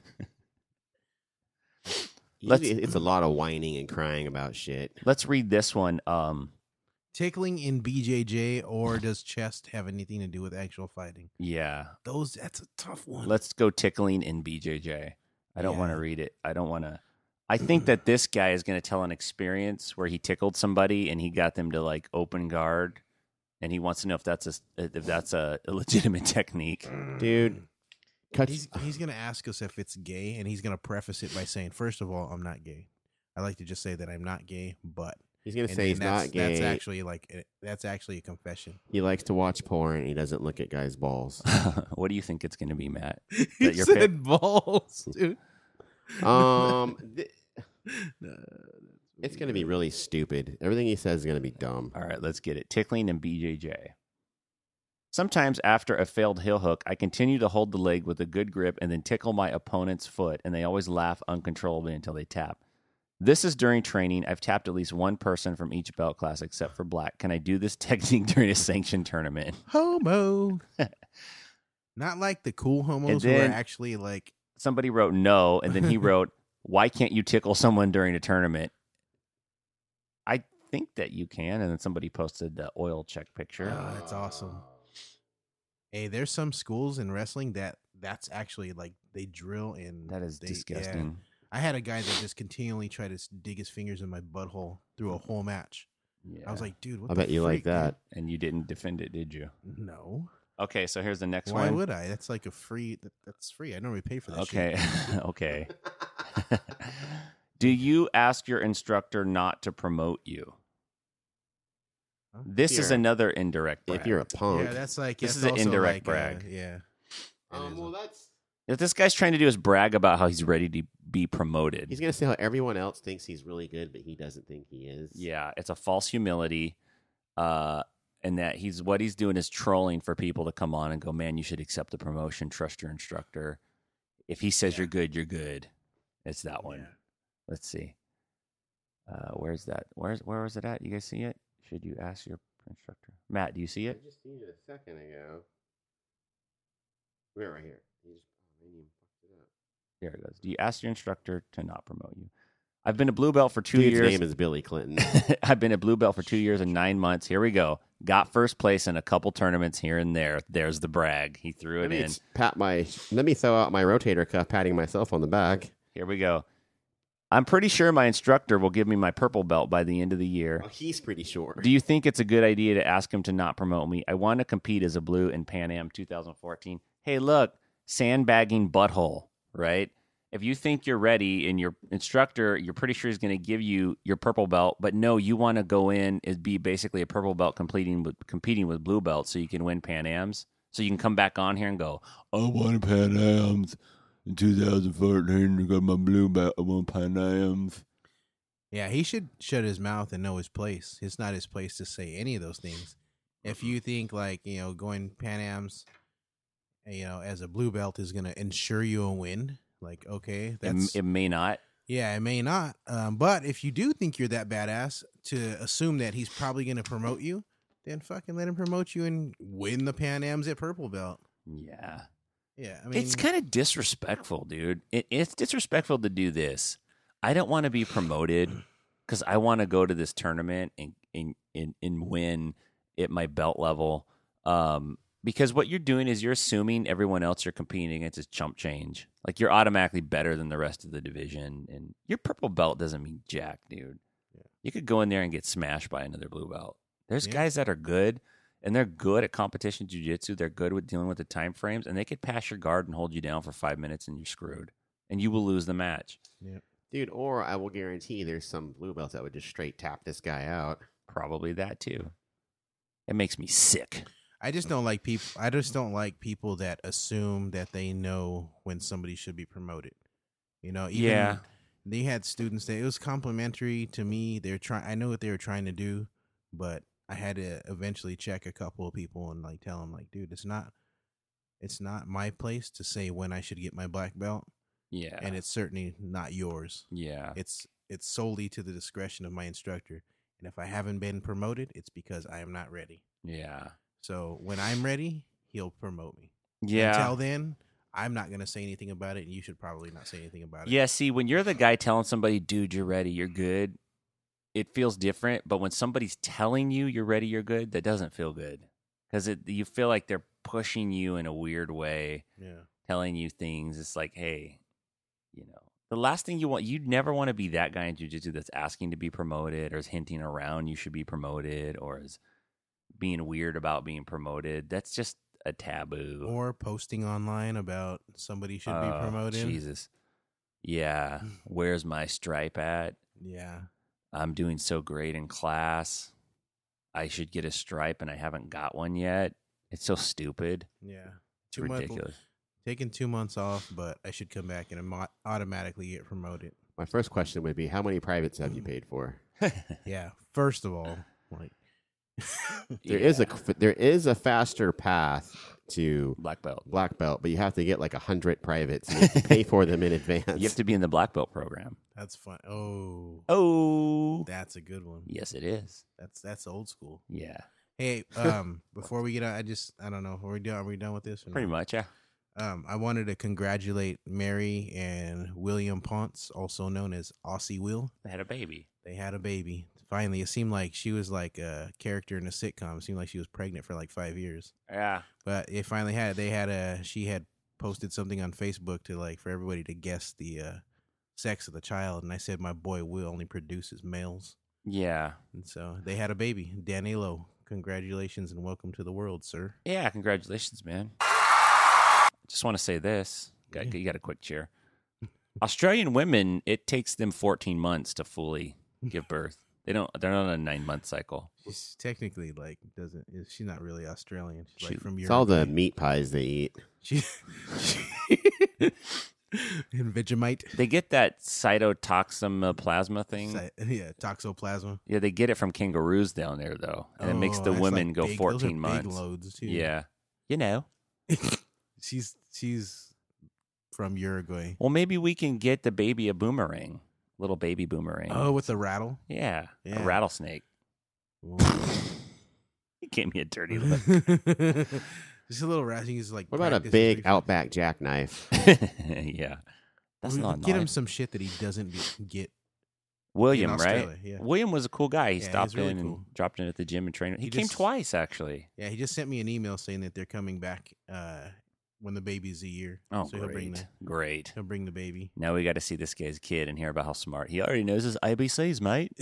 Let's- Usually it's a lot of whining and crying about shit. Let's read this one. Um, Tickling in BJJ, or does chest have anything to do with actual fighting? yeah, Those. That's a tough one. let's go tickling in BJJ. I don't want to Yeah. read it. I don't want to. I think that this guy is going to tell an experience where he tickled somebody and he got them to like open guard, and he wants to know if that's a if that's a legitimate technique. Dude, cut Mm. He's he's gonna ask us if it's gay, and he's gonna preface it by saying, first of all, I'm not gay. I like to just say that I'm not gay, but he's going to and say then he's that's, not gay. That's actually like a- that's actually a confession. he likes to watch porn and he doesn't look at guys' balls. what do you think it's going to be, Matt? He That your said balls, dude. um th- No, it's going to be really stupid. Everything he says is going to be dumb. All right, let's get it. Tickling and BJJ. Sometimes after a failed heel hook, I continue to hold the leg with a good grip and then tickle my opponent's foot, and they always laugh uncontrollably until they tap. This is during training. I've tapped at least one person from each belt class except for black. Can I do this technique during a sanctioned tournament? homo. Not like the cool homos then- who are actually like Somebody wrote no, and then he wrote, Why can't you tickle someone during a tournament? I think that you can. And then somebody posted the oil check picture. Oh, that's awesome. Hey, there's some schools in wrestling that that's actually like they drill in. that is they- yeah. disgusting. I had a guy that just continually tried to s- dig his fingers in my butthole through a whole match. Yeah. I was like, dude, what I the bet you like freak, dude? that. and you didn't defend it, did you? No, Okay, so here's the next why one. would I? That's like a free. That, that's free. I normally pay for that. shit. okay, okay. Do you ask your instructor not to promote you? Huh? This is Here. another indirect. If brag. you're a punk. Yeah, that's like This that's is an also indirect like, brag. Uh, yeah, Um, is well, a- that's what this guy's trying to do is brag about how he's ready to be promoted. He's gonna say how everyone else thinks he's really good, but he doesn't think he is. yeah, it's a false humility. Uh, and that he's what he's doing is trolling for people to come on and go, man, you should accept the promotion, trust your instructor. If he says you're good, you're good. It's that one. Let's see. Uh, where's that? Where's where was it at? You guys see it? Should you ask your instructor? Matt, do you see it? just seen it a second ago. We're right here. You just you fucked it up. There it goes. Do you ask your instructor to not promote you? I've been a blue belt for two Dude's years. name is Billy Clinton. I've been a blue belt for two years and nine months. Here we go. Got first place in a couple tournaments here and there. There's the brag. He threw let it me in. s- pat my. Let me throw out my rotator cuff, patting myself on the back. Here we go. I'm pretty sure my instructor will give me my purple belt by the end of the year. Oh, he's pretty short. Do you think it's a good idea to ask him to not promote me? I want to compete as a blue in Pan Am 2014. Hey, look, sandbagging butthole, right? If you think you're ready and your instructor, you're pretty sure he's going to give you your purple belt, but no, you want to go in and be basically a purple belt completing with, competing with blue belt so you can win Pan Ams. So you can come back on here and go, I won Pan Am's in 2014. I got my blue belt. I won Pan Am's. Yeah, he should shut his mouth and know his place. It's not his place to say any of those things. If you think like you know going Pan Am's, you know as a blue belt is going to ensure you a win, like okay, it, that's it may not. yeah, it may not. Um, but if you do think you're that badass to assume that he's probably going to promote you, then fucking let him promote you and win the Pan Am's at purple belt. Yeah. Yeah, I mean it's kind of disrespectful, dude. It, it's disrespectful to do this. I don't want to be promoted because I want to go to this tournament and and, and and win at my belt level. Um, because what you're doing is you're assuming everyone else you're competing against is chump change. Like you're automatically better than the rest of the division, and your purple belt doesn't mean jack, dude. You could go in there and get smashed by another blue belt. There's Yeah. guys that are good and they're good at competition jiu-jitsu they're good with dealing with the time frames and they could pass your guard and hold you down for five minutes and you're screwed and you will lose the match Dude, or I will guarantee there's some blue belt that would just straight tap this guy out. probably that too it makes me sick I just don't like people. I just don't like people that assume that they know when somebody should be promoted. You know, even Yeah. they had students that it was complimentary to me. They're trying. I know what they were trying to do, but I had to eventually check a couple of people and like tell them, like, dude, it's not, it's not my place to say when I should get my black belt, yeah and it's certainly not yours. yeah It's it's solely to the discretion of my instructor. And if I haven't been promoted, it's because I am not ready. yeah So when I'm ready, he'll promote me. yeah Until then, I'm not going to say anything about it, and you should probably not say anything about it. yeah see when you're the guy telling somebody dude you're ready you're good it feels different but when somebody's telling you you're ready you're good that doesn't feel good because it you feel like they're pushing you in a weird way Yeah. telling you things. It's like, hey, you know, the last thing you want, you'd never want to be that guy in jujitsu that's asking to be promoted or is hinting around you should be promoted or is being weird about being promoted. That's just a taboo. Or posting online about somebody should Oh, be promoted. Hmm. Jesus. Yeah. Where's my stripe at? Yeah. I'm doing so great in class. I should get a stripe and I haven't got one yet. It's so stupid. Yeah. It's Two month- ridiculous. Taking two months off, but I should come back and amo- automatically get promoted. My first question would be how many privates have you paid for? Yeah. First of all, like, There is Yeah. a there is a faster path to black belt. black belt, but you have to get like a hundred privates. And you have to pay for them in advance. You have to be in the black belt program. that's fun. Oh, Oh. that's a good one. Yes, it is. That's that's old school. Yeah. Hey, um, before we get out, I just I don't know. Are we done? Are we done with this? or Pretty not? much, yeah. Um, I wanted to congratulate Mary and William Ponce, also known as Aussie Will. They had a baby. They had a baby. Finally, it seemed like she was like a character in a sitcom. It seemed like she was pregnant for like five years, Yeah. but they finally had. They had a. She had posted something on Facebook to like for everybody to guess the uh, sex of the child, and I said my boy Will only produces males, Yeah. and so they had a baby. Danilo, congratulations and welcome to the world, sir. Yeah. Congratulations, man. Just want to say this. Got, You got a quick cheer. Australian women, it takes them 14 months to fully give birth. They don't. They're not on a nine month cycle. She's technically like doesn't. She's not really Australian. She's She- like from Europe. It's all the right? meat pies they eat. She, and Vegemite. They get that cytotoxoplasma thing. Sa- Yeah, toxoplasma. yeah, they get it from kangaroos down there though, and it makes Oh, the that's women like go big- those are 14 big months. loads too. yeah, you know. she's she's from Uruguay. Well, maybe we can get the baby a boomerang, little baby boomerang. Oh, with the rattle. yeah, Yeah. a rattlesnake. Ooh. He gave me a dirty look. Just a little rattle. You can just like. What about a practice big before- Outback jackknife? yeah, that's We not could get him nice. some shit that he doesn't get- get. William, in right? Australia, yeah. William was a cool guy. He Yeah, he's stopped really in cool. and dropped in at the gym and trained. He, He came just- twice actually. Yeah, he just sent me an email saying that they're coming back uh, when the baby's a year. Oh, so he'll bring great, the great. he'll bring the baby. Now we got to see this guy's kid and hear about how smart he already knows his ABCs, mate.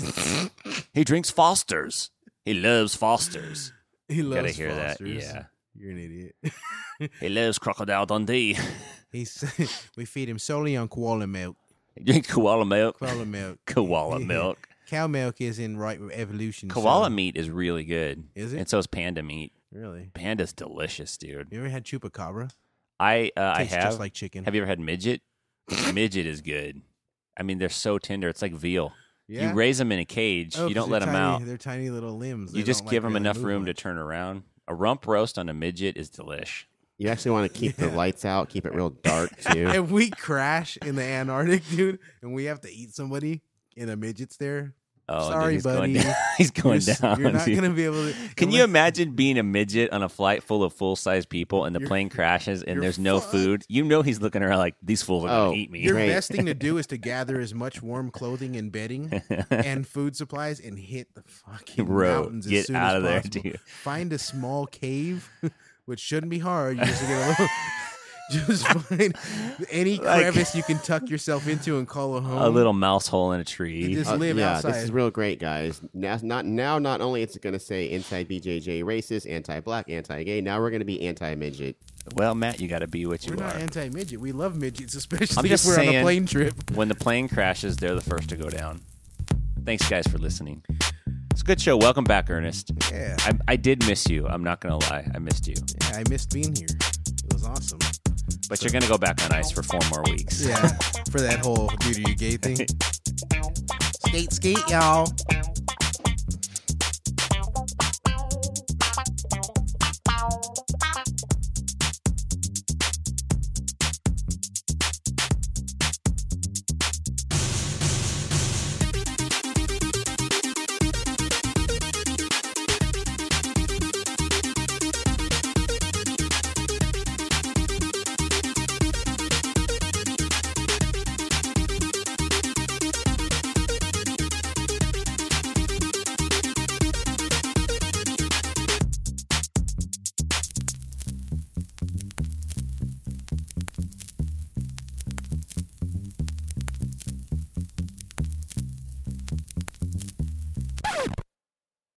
he drinks Fosters. He loves Fosters. He loves Gotta hear that, Fosters. yeah. you're an idiot. He loves Crocodile Dundee. He's we feed him solely on koala milk. he drinks koala milk. Koala milk. Koala milk. Cow milk is in right with evolution. so- Koala meat is really good. Is it? And so is panda meat. Really? Panda's delicious, dude. You ever had chupacabra? I uh, I Tastes have. just like chicken. have you ever had midget? midget is good. I mean, they're so tender. It's like veal. Yeah? You raise them in a cage. you Oh, 'cause don't they're let them out. tiny- They're tiny little limbs. You They just don't, like, give them really enough move room to much. turn around. A rump roast on a midget is delish. You actually want to keep the lights out, keep it real dark too. if we crash in the Antarctic, dude, and we have to eat somebody and a midget's there, Oh, dude, Sorry, he's buddy. Going down. he's going you're, s- down. you're not dude. gonna be able to. Can you imagine being a midget on a flight full of full size people and the You're- plane crashes and you're there's no fucked. food? You know he's looking around like these fools are Oh, gonna eat me. Your Right. best thing to do is to gather as much warm clothing and bedding and food supplies and hit the fucking Road. mountains Get as soon out as of there, possible. dude. Find a small cave, which shouldn't be hard. You just get a little. Just find any Like- crevice you can tuck yourself into and call a home. a little mouse hole in a tree. And just Uh, live yeah, outside. this is real great, guys. Now, not now. Not only it's going to say inside BJJ racist, anti-black, anti-gay. Now we're going to be anti-midget. well, Matt, you got to be what you We're not are. anti midget. We love midgets, especially I'm just if we're on saying- a plane trip. when the plane crashes, they're the first to go down. Thanks, guys, for listening. It's a good show. Welcome back, Ernest. Yeah, I, I did miss you. I'm not gonna lie. I missed you. I missed being here. It was awesome. But you're gonna go back on ice for four more weeks. Yeah, for that whole dude, are you gay thing. skate, skate, y'all.